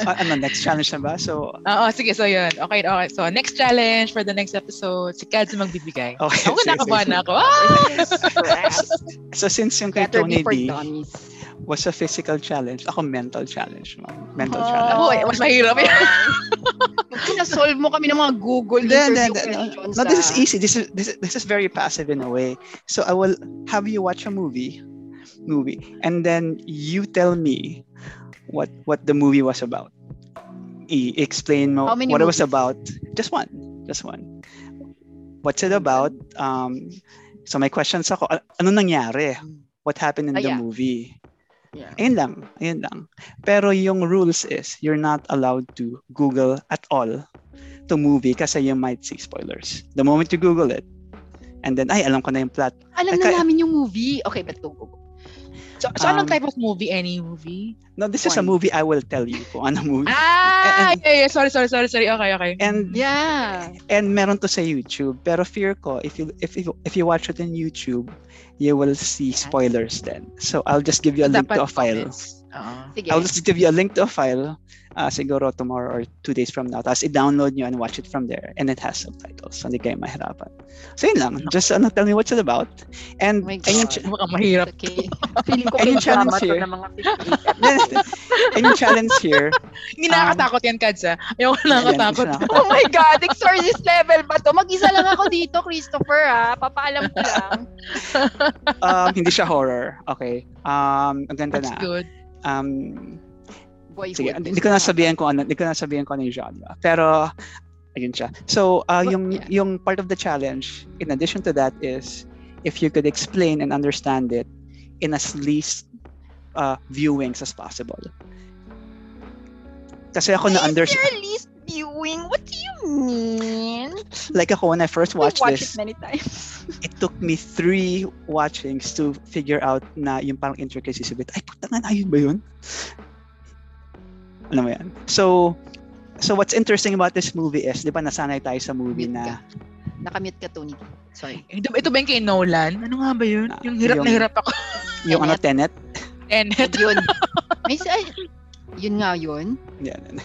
Speaker 2: Ah, ano, next challenge na ba? So,
Speaker 1: Oo, sige. So, yun. Okay, okay. So, next challenge for the next episode, si Kads magbibigay.
Speaker 2: okay.
Speaker 1: Ako
Speaker 2: Oh, sige,
Speaker 1: kinakabahan
Speaker 2: sige.
Speaker 1: na ako. Ah!
Speaker 2: So, since yung kay
Speaker 5: Better be
Speaker 2: Tony
Speaker 5: for
Speaker 2: D
Speaker 5: dummies.
Speaker 2: was a physical challenge, ako mental challenge. ma'am. Mental
Speaker 4: Oh.
Speaker 2: challenge.
Speaker 1: Ako, eh, mas mahirap yun.
Speaker 2: Ah.
Speaker 4: Pinasolve mo kami ng mga Google
Speaker 2: Hindi, hindi,
Speaker 4: interview
Speaker 2: hindi.
Speaker 4: questions.
Speaker 2: uh, No, this is
Speaker 4: ah.
Speaker 2: easy. This is this, is- this is very passive in a way. So I will have you watch a movie, movie, and then you tell me what what the movie was about. I explain mo
Speaker 4: How many
Speaker 2: what it was about. Just one, just one. What's it about? Um, so my questions ako, a- ano nangyari? What happened in
Speaker 4: Ah,
Speaker 2: the
Speaker 4: yeah.
Speaker 2: movie?
Speaker 4: Yeah.
Speaker 2: Ayun lang, ayun lang. Pero yung rules is, you're not allowed to Google at all to movie kasi you might see spoilers. The moment you Google it, and then, ay, alam ko na yung plot.
Speaker 4: Alam na
Speaker 2: Kaya-
Speaker 4: namin yung movie. Okay, but go, go, go.
Speaker 1: So, so anong
Speaker 2: Um,
Speaker 1: type of movie? Any movie?
Speaker 2: No, this is a
Speaker 4: One.
Speaker 2: movie I will tell you kung ano movie.
Speaker 1: Ah!
Speaker 2: and-
Speaker 1: Yeah, yeah. Sorry, sorry, sorry, sorry. Okay, okay.
Speaker 2: And
Speaker 4: Yeah.
Speaker 2: and meron to sa YouTube. Pero fear ko, if you, if, if, if you watch it in YouTube, you will see spoilers then. So I'll just give you a link
Speaker 1: Dapat
Speaker 2: to a file.
Speaker 1: comments. Oo.
Speaker 4: Sige.
Speaker 2: I'll just give you a link to a file uh, siguro tomorrow or two days from now. Tapos i-download nyo and watch it from there. And it has subtitles. So hindi kayo mahirapan. So yun lang. Just ano, tell me what's it about. And
Speaker 5: Oh my
Speaker 2: ayun
Speaker 5: God.
Speaker 2: yung ch-
Speaker 1: Mukhang mahirap.
Speaker 5: Okay. Feeling ko kay
Speaker 2: Ayun, challenge
Speaker 5: drama to
Speaker 2: here.
Speaker 5: ng mga
Speaker 2: And yung challenge here,
Speaker 1: Hindi nakakatakot yan, Kads, ah. Ayoko nakakatakot.
Speaker 2: Um, Ayan,
Speaker 4: Oh my God, exorcist level ba to? Mag-isa lang ako dito, Christopher, ha? Papaalam ko lang.
Speaker 2: um, hindi siya horror. Okay. Um, ang ganda
Speaker 1: That's
Speaker 2: na.
Speaker 1: good.
Speaker 2: Um,
Speaker 5: boyhood.
Speaker 2: sige, hindi ko na sabihin kung ano, hindi ko na sabihin kung ano yung genre. Pero, ayun siya. So, uh,
Speaker 5: Well,
Speaker 2: yung,
Speaker 5: yeah.
Speaker 2: yung part of the challenge, in addition to that is, if you could explain and understand it in as least uh, viewings as possible. Kasi ako na under
Speaker 5: Your least viewing? What do you mean?
Speaker 2: like ako when I first watched
Speaker 5: watch
Speaker 2: this,
Speaker 5: it many times.
Speaker 2: it took me three watchings to figure out na yung parang intricacies of it. Ay, puta nga, ayun ba yun? Alam mo yan. So, so what's interesting about this movie is, di ba nasanay tayo sa movie
Speaker 5: Mute ka.
Speaker 2: na
Speaker 5: Nakamute ka, Tony. Sorry.
Speaker 1: Ito, ito ba yung kay Nolan? Ano nga ba yun?
Speaker 2: Ah,
Speaker 1: Yung hirap na
Speaker 2: yung-
Speaker 1: hirap ako.
Speaker 2: yung ano, Tenet.
Speaker 1: Tenet.
Speaker 5: yun. May sa... Yun nga yun.
Speaker 2: Yan.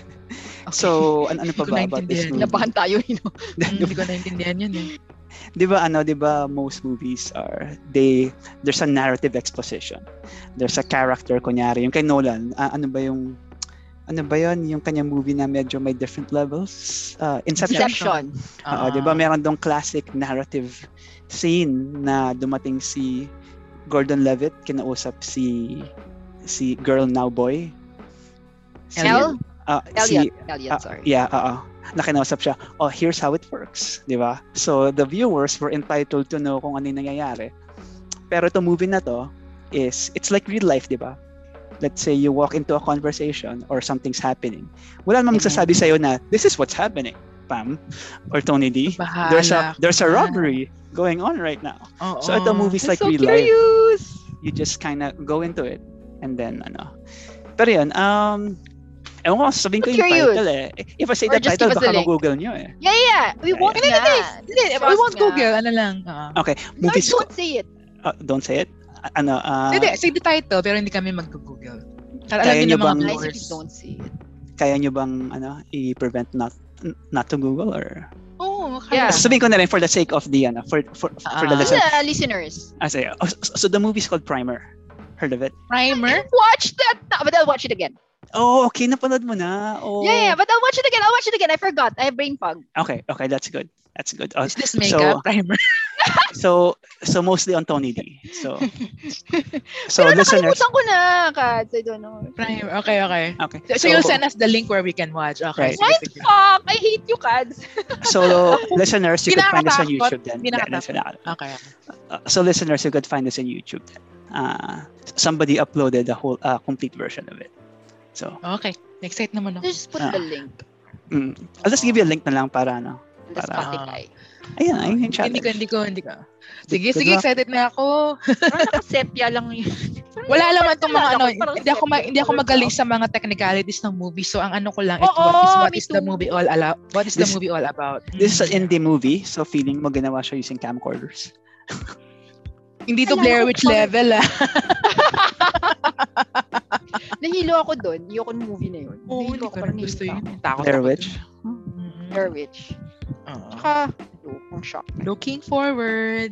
Speaker 2: So, ano, ano
Speaker 1: Hindi
Speaker 2: pa
Speaker 1: ko
Speaker 2: ba about this
Speaker 1: naintindihan.
Speaker 2: movie?
Speaker 5: Labahan tayo, you know.
Speaker 1: Hmm, Hindi ko naintindihan yun eh.
Speaker 2: di ba ano, di ba most movies are, they, there's a narrative exposition. There's a character, kunyari, yung kay Nolan, ah, ano ba yung, ano ba yun, yung kanyang movie na medyo may different levels? Ah, Inception.
Speaker 5: Inception.
Speaker 1: Ah.
Speaker 2: Oo, 'di ba? Meron dong classic narrative scene na dumating si Gordon Levitt kinausap si si girl now boy. Si,
Speaker 5: El?
Speaker 2: ah, si
Speaker 5: Elliot. Elliot, sorry.
Speaker 2: yeah, oo. Na kinausap siya. Oh, here's how it works, 'di ba? So the viewers were entitled to know kung ano yung nangyayari. Pero itong movie na to is it's like real life, 'di ba? Let's say you walk into a conversation or something's happening. Wala namang magsasabi sa'yo na this is what's happening, Pam or Tony D
Speaker 1: Bahala.
Speaker 2: there's a there's a
Speaker 1: ka.
Speaker 2: robbery going on right now.
Speaker 1: Oo.
Speaker 2: So ito movie's like real life.
Speaker 4: curious.
Speaker 2: You just kind of go into it and then ano. Pero yun, um Ewan ko, sabihin ko
Speaker 4: I'm
Speaker 2: yung
Speaker 4: curious.
Speaker 2: title eh. If I say
Speaker 5: Or
Speaker 2: the
Speaker 5: just give
Speaker 2: title,
Speaker 5: us
Speaker 2: baka
Speaker 5: the link.
Speaker 2: mag-google nyo eh.
Speaker 4: Yeah, yeah. We
Speaker 2: Yeah,
Speaker 4: won't.
Speaker 1: Hindi, hindi, guys.
Speaker 5: Yeah.
Speaker 1: Hindi, we
Speaker 5: Trust
Speaker 1: won't
Speaker 5: nga.
Speaker 1: Google. Ano lang. oo.
Speaker 4: No,
Speaker 2: Movies ko,
Speaker 4: don't say it.
Speaker 2: ah, don't say it. Ah, Ano, ah,
Speaker 1: Hindi, say the title, pero hindi kami mag-google. Para alam
Speaker 2: Kaya
Speaker 1: din
Speaker 2: niyo
Speaker 1: ng mga
Speaker 2: bang-
Speaker 5: Nice if
Speaker 1: viewers.
Speaker 5: you don't see it.
Speaker 2: kaya nyo bang ano, i-prevent not not to google or
Speaker 1: Oo, oh,
Speaker 4: Yeah.
Speaker 2: sabihin ko na rin for the sake of the ano for for, for
Speaker 1: Ah.
Speaker 2: the lesson
Speaker 4: Uh, listeners,
Speaker 2: ah, sige. Oh, so, so the movie's called primer heard of it
Speaker 1: Primer?
Speaker 4: watch that. now, but I'll watch it again.
Speaker 2: oh okay napanood mo na oh
Speaker 4: Yeah, yeah. But I'll watch it again. I'll watch it again. I forgot. I have brain fog.
Speaker 2: okay okay that's good that's good Oh,
Speaker 1: Is this makeup? Primer?
Speaker 2: so so mostly on Tony D. So so
Speaker 4: Pero
Speaker 2: listeners,
Speaker 4: nakalimutan ko na, Kats. I don't know.
Speaker 1: Primer. Okay, okay.
Speaker 2: okay.
Speaker 1: So, so you'll send us the link where we can watch. Okay.
Speaker 2: Right.
Speaker 1: sige,
Speaker 4: What?
Speaker 1: sige.
Speaker 4: Fuck! I hate you, Kats.
Speaker 2: so listeners, you could find us on
Speaker 1: Kinakatakot.
Speaker 2: YouTube then.
Speaker 1: Kinakatakot.
Speaker 2: Then,
Speaker 1: Okay.
Speaker 2: uh, So listeners, you could find us on YouTube then. Uh, somebody uploaded the whole uh, complete version of it. So
Speaker 1: Okay. Excited naman oh. ako.
Speaker 5: Just put
Speaker 2: Ah.
Speaker 5: the link
Speaker 2: mm, I'll just give you a link na lang para ano.
Speaker 5: in the
Speaker 2: Para-
Speaker 5: Spotify.
Speaker 2: Ayun, ayun yung
Speaker 1: Hindi
Speaker 2: challenge.
Speaker 1: ko, hindi ko, hindi ko. Sige,
Speaker 2: Good
Speaker 1: sige,
Speaker 2: luck.
Speaker 1: excited na ako.
Speaker 5: Parang nakasepia lang yun.
Speaker 1: Wala naman itong mga ano,
Speaker 5: Parang
Speaker 1: hindi ako, ma-
Speaker 5: sepia
Speaker 1: hindi ako
Speaker 5: color
Speaker 1: magaling sa mga technicalities ng movie. So, ang ano ko lang is
Speaker 4: Oo,
Speaker 1: what is, what
Speaker 4: me
Speaker 1: is the
Speaker 4: too.
Speaker 1: movie all about? What is
Speaker 2: This-
Speaker 1: the movie all about?
Speaker 2: This is an
Speaker 1: Mm.
Speaker 2: indie movie, so feeling mo ginawa siya using camcorders.
Speaker 1: Hindi to
Speaker 4: Alam
Speaker 1: Blair
Speaker 4: ko
Speaker 1: Witch
Speaker 4: pa-
Speaker 1: level, ah.
Speaker 4: Nahilo ako doon, yung movie na yun.
Speaker 1: Oo,
Speaker 4: Nahilo
Speaker 1: hindi
Speaker 4: ako,
Speaker 1: ko rin
Speaker 4: parang
Speaker 1: gusto
Speaker 4: nahilo
Speaker 1: yun.
Speaker 4: ako.
Speaker 1: Takot
Speaker 2: Blair
Speaker 1: ako
Speaker 2: Witch?
Speaker 1: dun. Mm-mm.
Speaker 4: Mm-hmm. Blair Witch.
Speaker 1: Oo.
Speaker 4: Tsaka, loko, shock.
Speaker 1: Looking forward.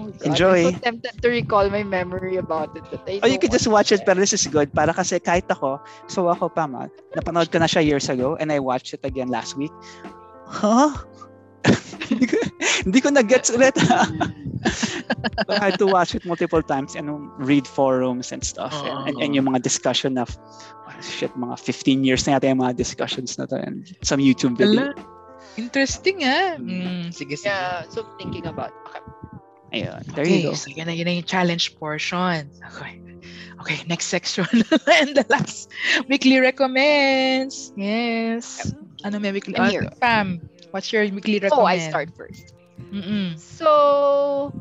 Speaker 4: Oh, God.
Speaker 2: Enjoy.
Speaker 4: I'm so tempted to recall my memory about it. But I
Speaker 2: Or Oh, you
Speaker 4: don't
Speaker 2: could just
Speaker 4: want
Speaker 2: watch
Speaker 4: to.
Speaker 2: it, pero this is good. Para kasi kahit ako, so ako pa ma, napanood ko na siya years ago and I watched it again last week. Huh? hindi ko, hindi ko na-gets ulit. ha? But I had to watch it multiple times and read forums and stuff.
Speaker 1: Oo.
Speaker 2: and, and yung mga discussion of, oh, shit, mga 15 years na yata yung mga discussions na to and some YouTube
Speaker 1: Ala,
Speaker 2: video.
Speaker 1: interesting ah. Mm,
Speaker 2: Hmm.
Speaker 1: sige, sige.
Speaker 4: Yeah, so thinking about okay.
Speaker 2: Ayun, there
Speaker 1: Okay,
Speaker 2: you go.
Speaker 1: so yun, na- yun na yung challenge portion. Okay. Okay, next section. And the last, weekly recommends. Yes. Ano may weekly? Oh,
Speaker 4: I'm here.
Speaker 1: Pam, what's your weekly recommend?
Speaker 4: Oh, I start first.
Speaker 1: Mm-mm.
Speaker 4: So,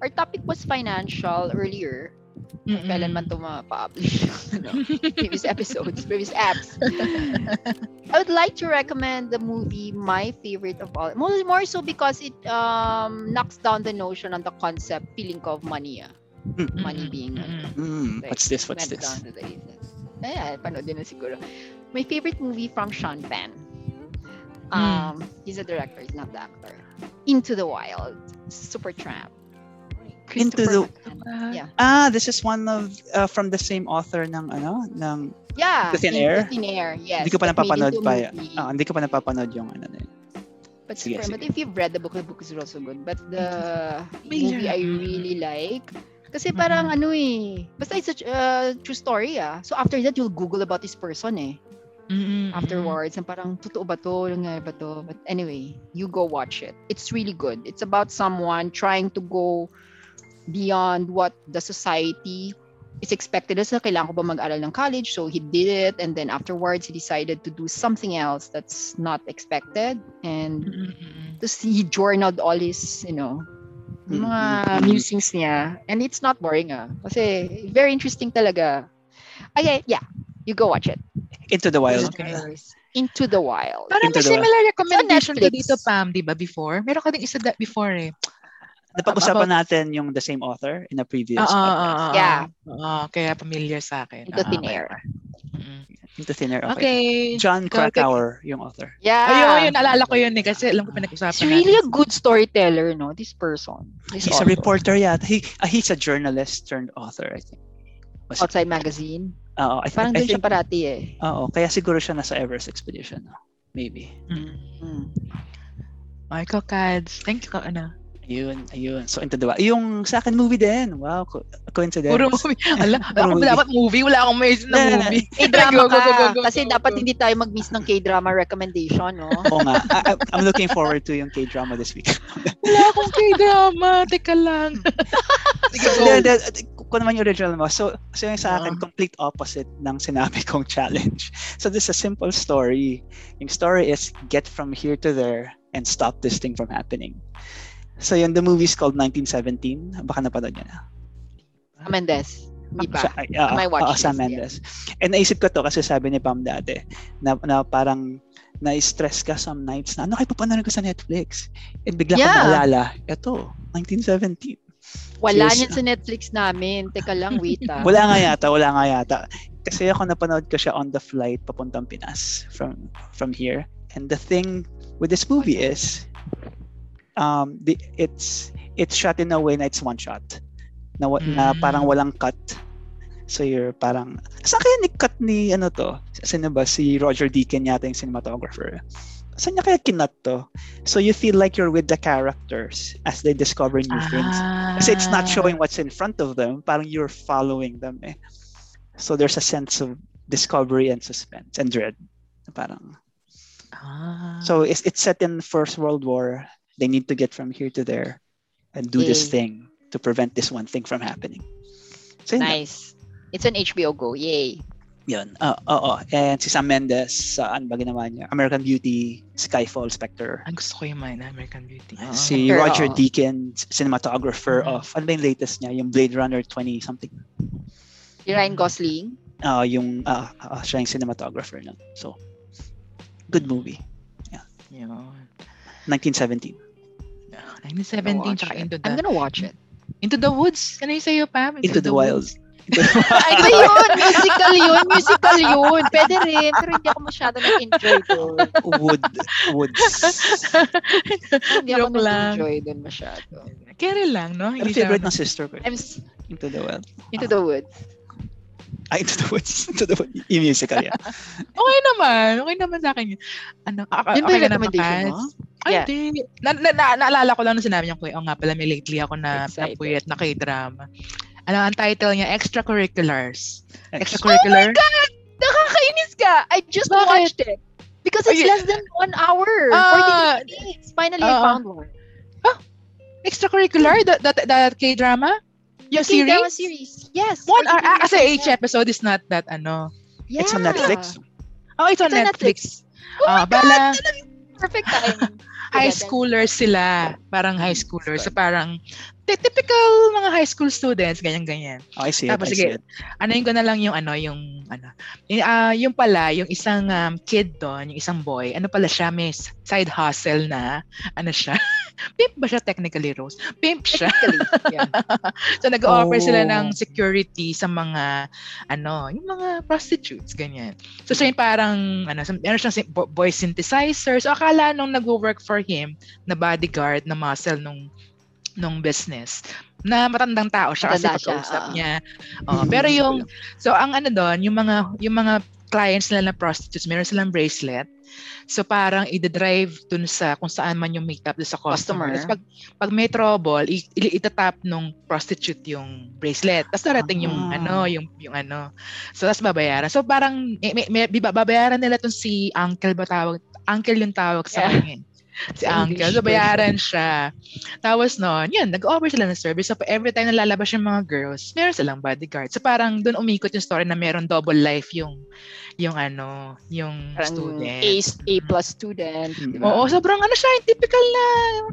Speaker 4: our topic was financial earlier.
Speaker 1: Mm-mm.
Speaker 4: Kailan
Speaker 2: Mm.
Speaker 4: man ito ma-publish. ano, previous episodes, previous apps. I would like to recommend the movie My Favorite of All. More, more so because it um, knocks down the notion and the concept, feeling ko, of money. Ah.
Speaker 1: Mm-mm.
Speaker 4: money being-
Speaker 1: Mm-mm.
Speaker 2: Mm, what's this? What's
Speaker 4: Went down
Speaker 2: this?
Speaker 4: to the ages. Eh, panood din na siguro. My favorite movie from Sean Penn.
Speaker 2: Hmm.
Speaker 4: Um, He's a director, he's not the actor. Into the Wild. Supertramp.
Speaker 2: Into the-
Speaker 4: Christopher McCann. Yeah.
Speaker 2: Ah, this is one of uh, from the same author ng ano ng
Speaker 4: Yeah.
Speaker 2: The Thin
Speaker 4: Into
Speaker 2: Air?
Speaker 4: The Thin Air, yes.
Speaker 2: Hindi ko pa
Speaker 4: That made
Speaker 2: napapanood
Speaker 4: into a
Speaker 2: pa.
Speaker 4: movie.
Speaker 2: Ah, hindi ko pa napapanood yung ano na yun.
Speaker 4: But,
Speaker 2: Sige,
Speaker 4: super,
Speaker 2: sige.
Speaker 4: but if you've read the book, the book is also good. But the
Speaker 1: May
Speaker 4: movie I
Speaker 1: learn.
Speaker 4: really like, kasi
Speaker 2: Mm-hmm.
Speaker 4: parang ano eh, basta it's a uh, true story ah. So after that, you'll Google about this person eh.
Speaker 1: Mm-mm.
Speaker 4: Afterwards, and parang totoo ba to? Nangyari ba to? But anyway, you go watch it. It's really good. It's about someone trying to go beyond what the society is expected as na kailangan ko ba mag-aral ng college? So he did it and then afterwards he decided to do something else that's not expected and
Speaker 1: Mm-mm.
Speaker 4: to see he journaled all his, you know,
Speaker 2: Mm-hmm.
Speaker 4: mga
Speaker 2: Mm-mm.
Speaker 4: musings niya. And it's not boring ah. Kasi very interesting talaga. Okay, yeah. You go watch it.
Speaker 2: Into the Wild.
Speaker 1: Okay.
Speaker 4: Into the Wild.
Speaker 1: Parang may
Speaker 2: Into the wild.
Speaker 1: similar recommendation
Speaker 4: So,
Speaker 1: ko
Speaker 4: Netflix.
Speaker 1: dito, Pam, di ba, before? Meron ka ding isa da- before eh.
Speaker 2: Napag-usapan natin yung the same author in a previous
Speaker 1: Oo, oo,
Speaker 2: podcast.
Speaker 1: oo, oo.
Speaker 4: Yeah.
Speaker 1: Oo, ah, kaya familiar sa akin.
Speaker 4: Into
Speaker 1: Ah,
Speaker 4: thin
Speaker 1: okay.
Speaker 4: air.
Speaker 1: Mm.
Speaker 2: Into Thinner. Okay.
Speaker 1: Okay.
Speaker 2: John
Speaker 1: Ikaw,
Speaker 2: Krakauer, yung author.
Speaker 4: Yeah.
Speaker 1: Ayun, yun, naalala ko yun eh kasi alam ko pinag-usapan
Speaker 4: He's really a
Speaker 1: natin.
Speaker 4: good storyteller, no? This person. This
Speaker 2: He's a
Speaker 4: author.
Speaker 2: reporter yet. He, ah, he's a journalist turned author, I think. Was it?
Speaker 4: Outside magazine.
Speaker 2: Oo, I,
Speaker 4: Parang
Speaker 2: think, I
Speaker 4: doon siya
Speaker 2: think,
Speaker 4: parati eh.
Speaker 2: oo, kaya siguro siya nasa Everest Expedition. no? Maybe.
Speaker 1: Mm.
Speaker 4: Mm.
Speaker 1: Michael Cads. Thank you ka, ano.
Speaker 2: Ayun, ayun. So, into the wild. Yung sa akin movie din. Wow, co- coincidence.
Speaker 1: Puro movie. Ala, ako
Speaker 2: movie.
Speaker 1: dapat movie. Wala akong may na
Speaker 2: Na, na, na.
Speaker 1: movie.
Speaker 4: K-drama
Speaker 1: Go, go, go,
Speaker 4: ka.
Speaker 1: go, go,
Speaker 4: Kasi
Speaker 1: go,
Speaker 4: dapat
Speaker 1: go.
Speaker 4: hindi tayo mag-miss ng K-drama recommendation, no?
Speaker 2: Oo nga. I, I- I'm looking forward to yung K-drama this week.
Speaker 1: Wala akong k-drama. Teka lang. Sige, go.
Speaker 2: Hindi, hindi. Kung naman yung original mo. So, so yung
Speaker 4: Ah.
Speaker 2: sa
Speaker 1: Oo.
Speaker 2: akin, complete opposite ng sinabi kong challenge. So, this is a simple story. Yung story is, get from here to there and stop this thing from happening. So, yun, the movie is called 1917. Baka napanood niya na.
Speaker 4: Mendes. Di ba?
Speaker 2: Siya, ay, oo,
Speaker 4: may watch
Speaker 2: oo, Sam
Speaker 4: list,
Speaker 2: Mendes. And naisip ko to kasi sabi ni Pam dati na, na parang na-stress ka some nights na ano kayo papanood ko sa Netflix. And bigla ko
Speaker 4: Yeah.
Speaker 2: naalala, eto, 1917.
Speaker 4: Wala
Speaker 2: Yes.
Speaker 4: niyan sa Netflix namin. Teka lang, wait ah.
Speaker 2: Wala nga yata, wala nga yata. Kasi ako napanood ko siya on the flight papuntang Pinas from from here. And the thing with this movie is um the, it's it's shot in a way na it's one shot. Na, wa- na
Speaker 1: Mm.
Speaker 2: parang walang cut. So you're parang sa kaya ni cut ni ano to? Sino ba si Roger Deakin yata yung cinematographer. Saan niya kaya kinat to? So you feel like you're with the characters as they discover new
Speaker 1: Ah.
Speaker 2: things. Kasi it's
Speaker 4: Ah.
Speaker 2: not showing what's in front of them, parang you're following them eh. So there's a sense of discovery and suspense and dread. Parang.
Speaker 1: Ah.
Speaker 2: So it's, it's set in First World War. They need to get from here to there and do this
Speaker 4: Yay.
Speaker 2: thing to prevent this one thing from happening. So yun,
Speaker 4: Nice. It's an HBO Go. Yay.
Speaker 2: yun. Oo, oo. And si Sam Mendes, saan ba ginawa niya? American Beauty, Skyfall, Spectre.
Speaker 1: Ang Ah, gusto ko yung mga American Beauty. Ah. Oo.
Speaker 2: Si
Speaker 4: Ah. Spectre,
Speaker 2: Roger
Speaker 4: oo. Mm-hmm.
Speaker 2: Deakins, cinematographer
Speaker 1: Mhm.
Speaker 2: of, ano ba yung latest niya? Yung Blade Runner 20 something.
Speaker 4: Si Ryan Gosling.
Speaker 2: uh, yung uh, uh, siya yung cinematographer nun. So, good movie.
Speaker 1: Yun.
Speaker 2: 1917.
Speaker 1: Ah, 1917
Speaker 4: Watch
Speaker 1: tsaka
Speaker 4: it.
Speaker 1: Into
Speaker 4: I'm
Speaker 1: the
Speaker 4: gonna watch it.
Speaker 1: Into the woods. Ano yung sa'yo, Pam?
Speaker 2: Ano? Into the wild.
Speaker 4: Ay, ba yun? Musical yun. Musical yun. Pwede rin. Pero hindi ako masyado nag-enjoy doon.
Speaker 2: Wood. Woods.
Speaker 4: Hindi ako
Speaker 1: Joke lang.
Speaker 4: nag-enjoy doon masyado.
Speaker 1: Kere lang, no?
Speaker 2: Ano
Speaker 1: Hindi siya-
Speaker 2: favorite ng sister ko? eh?
Speaker 4: I'm s-
Speaker 2: Into the wild.
Speaker 4: into the woods.
Speaker 2: Ah, into the woods. Into the woods. Yung musical yan.
Speaker 1: Okay naman. Okay naman sa akin. yun. Ano, a-
Speaker 4: Yun
Speaker 1: okay
Speaker 4: ba yung
Speaker 1: na naman,
Speaker 4: recommendation
Speaker 1: Kat?
Speaker 4: mo?
Speaker 1: Ay,
Speaker 4: Yeah.
Speaker 1: hindi. Na, na, na, naalala ko lang nung sinabi niya ko, oh nga pala, may lately ako na
Speaker 4: Excited.
Speaker 1: napuyat na k-drama. Ano ang title niya? Extracurriculars. Extracurricular?
Speaker 4: Nakakainis ka! I just
Speaker 1: Bakit?
Speaker 4: watched it. Because it's
Speaker 1: Ay,
Speaker 4: less than one hour.
Speaker 1: Ah.
Speaker 4: 40 minutes. Finally, I
Speaker 1: Ah.
Speaker 4: found one.
Speaker 1: Extracurricular? The, the, the k-drama? Yung
Speaker 4: Okay, that
Speaker 1: series?
Speaker 4: was series. Yes.
Speaker 1: One
Speaker 4: 40
Speaker 1: hour. Ah,
Speaker 4: minutes
Speaker 1: kasi
Speaker 4: lang
Speaker 1: each
Speaker 4: yan.
Speaker 1: episode is not that ano.
Speaker 4: Yeah.
Speaker 2: It's on Netflix.
Speaker 1: Oh, it's on
Speaker 4: It's on
Speaker 1: Netflix.
Speaker 4: Oh
Speaker 1: Ah,
Speaker 4: my God!
Speaker 1: bala-
Speaker 4: talagang Perfect time.
Speaker 1: high
Speaker 4: Together.
Speaker 1: schoolers sila. Parang high schoolers. So parang ty- typical mga high school students, ganyan-ganyan.
Speaker 2: Oh, I see it.
Speaker 1: Tapos
Speaker 2: I
Speaker 1: sige.
Speaker 2: see it.
Speaker 1: Anayin ko na lang yung ano, yung ano. Y- ah, yung pala, yung isang um, kid doon, yung isang boy, ano pala siya, may s- side hustle na, ano siya, pimp ba siya technically, Rose? Pimp siya.
Speaker 4: Technically, yeah.
Speaker 1: So nag-offer
Speaker 2: Oh.
Speaker 1: sila ng security sa mga, ano, yung mga prostitutes, ganyan. So siya yung parang, ano, some, ano siyang syn- bo- boy synthesizer. So akala nung nag-work for him, na bodyguard, na muscle nung nung business na matandang tao siya
Speaker 4: Matanda
Speaker 1: kasi
Speaker 4: siya, ah.
Speaker 1: pag-usap
Speaker 4: oo.
Speaker 1: niya. Oo, pero yung So ang ano doon, yung mga yung mga clients nila na prostitutes, meron silang bracelet. So parang i-drive dun sa kung saan man yung meetup dun sa customer. Tapos
Speaker 4: Customer.
Speaker 1: pag, pag may trouble, i- i- itatap nung prostitute yung bracelet. Tapos narating yung
Speaker 2: Ah.
Speaker 1: ano, yung yung ano. So tapos babayaran. So parang may, may, may- biba- babayaran nila tong si Uncle ba tawag? Uncle yung tawag sa
Speaker 4: Yeah.
Speaker 1: kanya. eh. Si
Speaker 4: Sa
Speaker 1: Uncle.
Speaker 4: English
Speaker 1: So bayaran siya. Tapos noon, yun, nag-offer sila ng service. So every time na lalabas yung mga girls, meron silang bodyguard. So parang doon umikot yung story na meron double life yung yung ano, yung
Speaker 4: Parang
Speaker 1: student.
Speaker 4: A, A plus diba? student. di
Speaker 2: Mm-hmm.
Speaker 4: ba?
Speaker 1: Oo, sobrang ano siya, yung typical na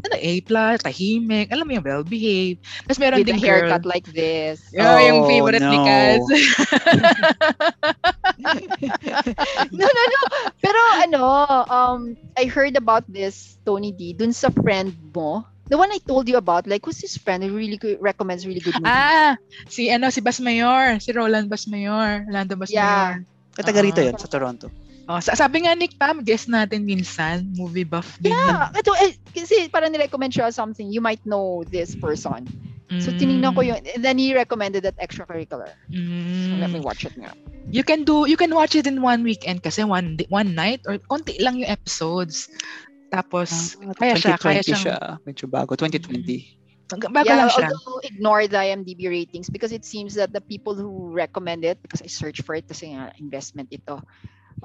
Speaker 1: ano, A+, tahimik, alam mo yung well-behaved. Tapos meron
Speaker 4: With a
Speaker 1: din
Speaker 4: haircut
Speaker 1: girl.
Speaker 4: like this.
Speaker 1: Yun, yung
Speaker 2: Oh,
Speaker 1: favorite ni
Speaker 2: no.
Speaker 1: Kaz.
Speaker 4: No, no, no. Pero ano, um, I heard about this, Tony D, dun sa friend mo. The one I told you about, like, who's his friend who really good, recommends really good movies?
Speaker 1: ah, si ano, si Bas Mayor, si Roland Bas Mayor, Rolando Bas
Speaker 4: Yeah.
Speaker 1: Mayor.
Speaker 2: Ah, taga rito yun, sa Toronto.
Speaker 1: Oh, sa- sabi nga ni Pam, guess natin minsan, movie buff din.
Speaker 4: Yeah, ito, eh, kasi parang nirecommend siya something, you might know this person. So,
Speaker 1: Hmm.
Speaker 4: tinignan ko yun. And then he recommended that extracurricular. So, let me watch it now.
Speaker 1: You can do you can watch it in one weekend kasi one di- one night or konti lang yung episodes. Tapos
Speaker 2: Ah,
Speaker 1: kaya siya, kaya
Speaker 2: 2020
Speaker 1: siyang-
Speaker 2: siya. Medyo bago. 2020.
Speaker 1: bago
Speaker 4: yeah,
Speaker 1: lang siya.
Speaker 4: although ignore the IMDb ratings because it seems that the people who recommend it, because I search for it kasi nga investment ito,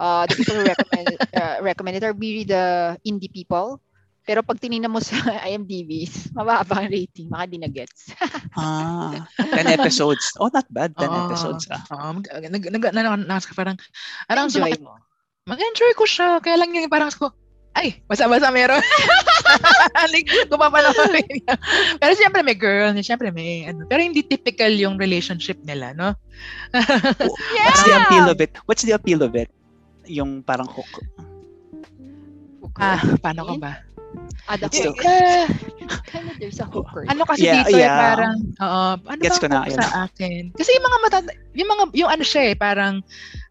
Speaker 4: uh, the people who recommend, it- uh, recommend it are really the indie people. Pero pag tinignan mo sa IMDb, mababa ang rating, mga di na gets.
Speaker 2: Ah, 10 episodes. Oh, not bad. 10
Speaker 1: Oo.
Speaker 2: episodes. Ah.
Speaker 1: Oo, mag- nag nag nag nag- nag- parang parang
Speaker 4: Enjoy
Speaker 1: sumakit- mag-enjoy ko siya. Kaya lang yung parang ko, ay, basa-basa meron. like, gumapanoorin niya. Pero siyempre may girl, siyempre may ano. Pero hindi typical yung relationship nila, no?
Speaker 2: What's the appeal of it? What's the appeal of it? Yung parang hook.
Speaker 1: Ah, paano ko ba?
Speaker 4: Ah, the
Speaker 2: It's
Speaker 4: hook.
Speaker 1: Eh,
Speaker 4: Kind of there's a hooker.
Speaker 1: ano kasi
Speaker 2: Yeah,
Speaker 1: dito eh,
Speaker 2: yeah.
Speaker 1: parang, oo, ano
Speaker 2: Gets
Speaker 1: ba
Speaker 2: ko na,
Speaker 1: hook
Speaker 2: yun.
Speaker 1: sa akin? Kasi yung mga matanda, yung mga, yung ano siya eh, parang,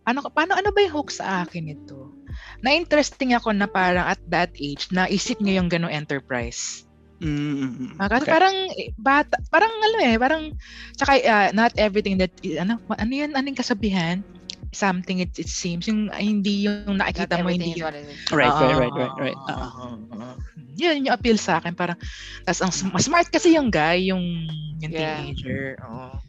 Speaker 1: ano, paano, ano ba yung hook sa akin ito? Na-interesting ako na parang at that age, naisip niya yung ganong enterprise.
Speaker 2: Mm-hmm.
Speaker 1: Ah, kasi parang eh, bata, parang alam eh, parang tsaka ah, not everything that i- ano ano 'yan anong kasabihan? Something it, it seems yung ah, hindi yung
Speaker 4: Not
Speaker 1: nakikita mo
Speaker 4: everything
Speaker 1: hindi
Speaker 4: is
Speaker 1: yun.
Speaker 4: what it is.
Speaker 2: Right,
Speaker 1: Ah,
Speaker 2: right, right, right, right. Ah,
Speaker 1: Yun yung appeal sa akin parang tas ang sm- smart kasi yung guy, yung yung
Speaker 4: Yeah.
Speaker 1: teenager. Oo.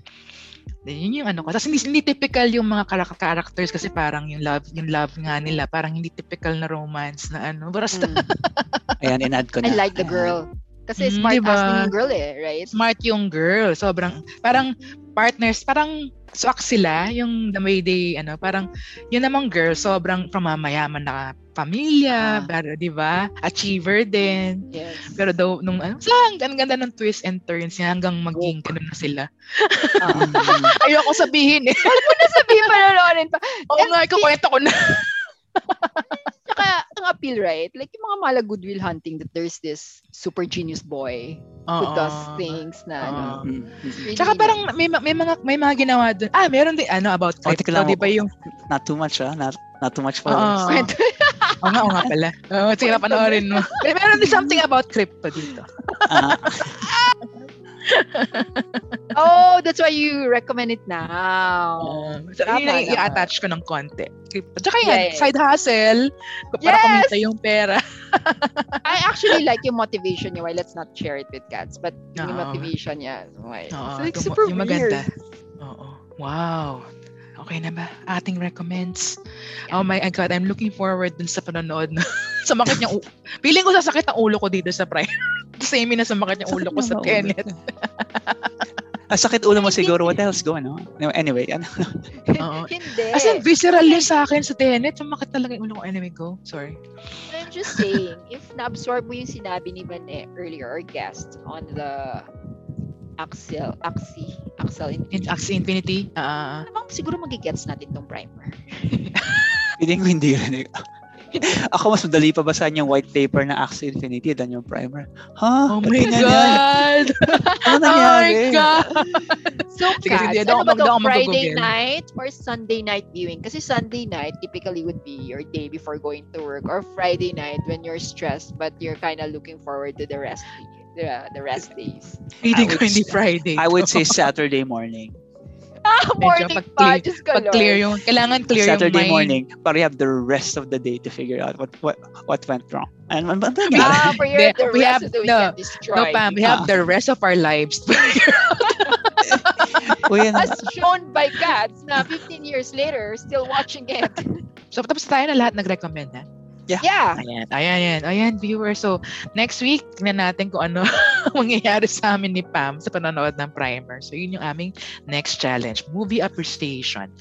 Speaker 1: Then, yun yung ano ko. Tapos hindi, hindi typical yung mga karak- characters kasi parang yung love, yung love nga nila, parang hindi typical na romance na ano. Basta
Speaker 4: Mm.
Speaker 2: ah. Ayan, in-add ko na.
Speaker 4: I like the
Speaker 2: Ayan.
Speaker 4: girl. Kasi
Speaker 1: Mm,
Speaker 4: smart
Speaker 1: diba?
Speaker 4: ass na yung girl eh, right?
Speaker 1: smart yung girl. Sobrang, parang partners, parang swak sila yung the way they, ano, parang yun namang girl, sobrang from a mayaman na
Speaker 4: Ah.
Speaker 1: pamilya, pero, di ba? Achiever din.
Speaker 4: Yes.
Speaker 1: Pero daw, nung, ano, saan, ang ganda ng twist and turns niya hanggang maging ganun na sila.
Speaker 4: Ah.
Speaker 2: Mm.
Speaker 1: Ayoko sabihin eh.
Speaker 4: Sabihin pa, nanoorin pa.
Speaker 1: Oo nga, ikukwento ko na.
Speaker 4: Saka, ang appeal, right? Like, yung mga mala goodwill hunting that there's this super genius boy who
Speaker 1: Oo.
Speaker 4: does things na, ano,
Speaker 1: Oo.
Speaker 2: Mm.
Speaker 4: really
Speaker 1: Tsaka parang
Speaker 4: nice.
Speaker 1: may, ma- may mga may mga ginawa doon. Ah, meron din ano about
Speaker 2: Oh,
Speaker 1: crypto,
Speaker 2: teka lang,
Speaker 1: 'di ba yung
Speaker 2: Not too much, ah. Not, not too much for
Speaker 1: Oo.
Speaker 4: Kwento.
Speaker 1: Oo nga, oo nga pala. Oo, sige na panoorin mo. May meron din something about crypto dito.
Speaker 2: Ah,
Speaker 4: Oh, that's why you recommend it now.
Speaker 1: Oo. so,
Speaker 4: Tama,
Speaker 1: yun yung
Speaker 4: tama.
Speaker 1: i-attach ko ng konti. Crypto. Tsaka yan,
Speaker 4: Yes.
Speaker 1: side hustle. Para
Speaker 4: Yes!
Speaker 1: kumita yung pera. Ah.
Speaker 4: I actually like yung motivation niya. Why let's not share it with cats. But
Speaker 1: Oo.
Speaker 4: yung motivation niya, why?
Speaker 1: Oo,
Speaker 4: it's like
Speaker 1: tumo-
Speaker 4: super
Speaker 1: Ah. yung
Speaker 4: weird.
Speaker 1: maganda. Oo. Wow. Okay na ba? Ating recommends. Oh my God, I'm looking forward dun sa panonood. na- sumakit yung... u- Feeling ko sasakit ang ulo ko dito sa prior. Same na sumakit yung ulo ko sa Tenet.
Speaker 2: ah, sakit ulo mo siguro. What else go, ano? Anyway, ano?
Speaker 1: Oo.
Speaker 3: Hindi.
Speaker 1: As in, visceral yun sa akin sa Tenet. Sumakit talaga yung ulo ko. Anyway, go. Sorry.
Speaker 5: I'm just saying, if na-absorb mo yung sinabi ni Van eh, earlier, our guest, on the Axel, Axi, Axel, in-
Speaker 1: In Axie Infinity. Ah, ah,
Speaker 4: Ano
Speaker 1: ah.
Speaker 5: Namang siguro magigets natin tong primer.
Speaker 2: Feeling ko hindi rin. Ako mas madali pa basahin yung white paper na Axie Infinity than yung primer. Ha?
Speaker 1: oh
Speaker 2: Ba't
Speaker 1: my
Speaker 2: ganyan?
Speaker 1: God!
Speaker 2: Ano
Speaker 1: Oh
Speaker 2: nangyari?
Speaker 1: my God!
Speaker 5: So, cats,
Speaker 1: Sige, sige, hindi
Speaker 5: ano
Speaker 1: ako-
Speaker 5: ba
Speaker 1: hindi ako
Speaker 5: to, Friday
Speaker 1: magugugil.
Speaker 5: night or Sunday night viewing? Kasi Sunday night typically would be your day before going to work or Friday night when you're stressed but you're kind of looking forward to the rest the, the rest days.
Speaker 1: Feeling
Speaker 2: I
Speaker 1: ko
Speaker 2: would
Speaker 1: hindi
Speaker 2: say-
Speaker 1: Friday.
Speaker 2: I would say Saturday morning.
Speaker 5: Ah, morning pa,
Speaker 1: pag-clear-
Speaker 5: just ka
Speaker 1: Pag clear yung, kailangan clear
Speaker 2: Saturday
Speaker 1: yung mind.
Speaker 2: morning. Para you have the rest of the day to figure out what what what went wrong. And what, what, what,
Speaker 5: Ah, for your,
Speaker 1: Hindi,
Speaker 5: the
Speaker 1: we
Speaker 5: rest
Speaker 1: have-
Speaker 5: of the
Speaker 1: no,
Speaker 5: weekend destroyed.
Speaker 1: No, Pam, we
Speaker 2: Ah.
Speaker 1: have the rest of our lives.
Speaker 2: Uy, ano?
Speaker 5: As shown by cats na 15 years later, still watching it.
Speaker 1: so, tapos na tayo na lahat nag-recommend, ha?
Speaker 5: Yeah.
Speaker 1: Ayan, ayan, ayan, ayan, viewers. So, next week, tingnan natin kung ano mangyayari sa amin ni Pam sa panonood ng primer. So, yun yung aming next challenge, movie appreciation.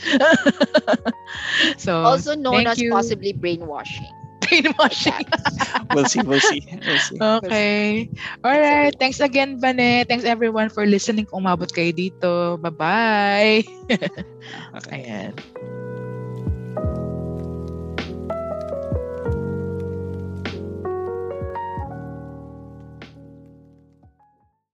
Speaker 1: so,
Speaker 5: Also known
Speaker 1: Thank
Speaker 5: as
Speaker 1: you.
Speaker 5: possibly brainwashing.
Speaker 1: brainwashing.
Speaker 2: we'll see, we'll see. We'll
Speaker 1: Oh,
Speaker 2: see.
Speaker 1: Okay. All right. Thanks again, Vane. Thanks everyone for listening. Kung umabot kayo dito. Bye-bye.
Speaker 2: Okay.
Speaker 1: Ayan.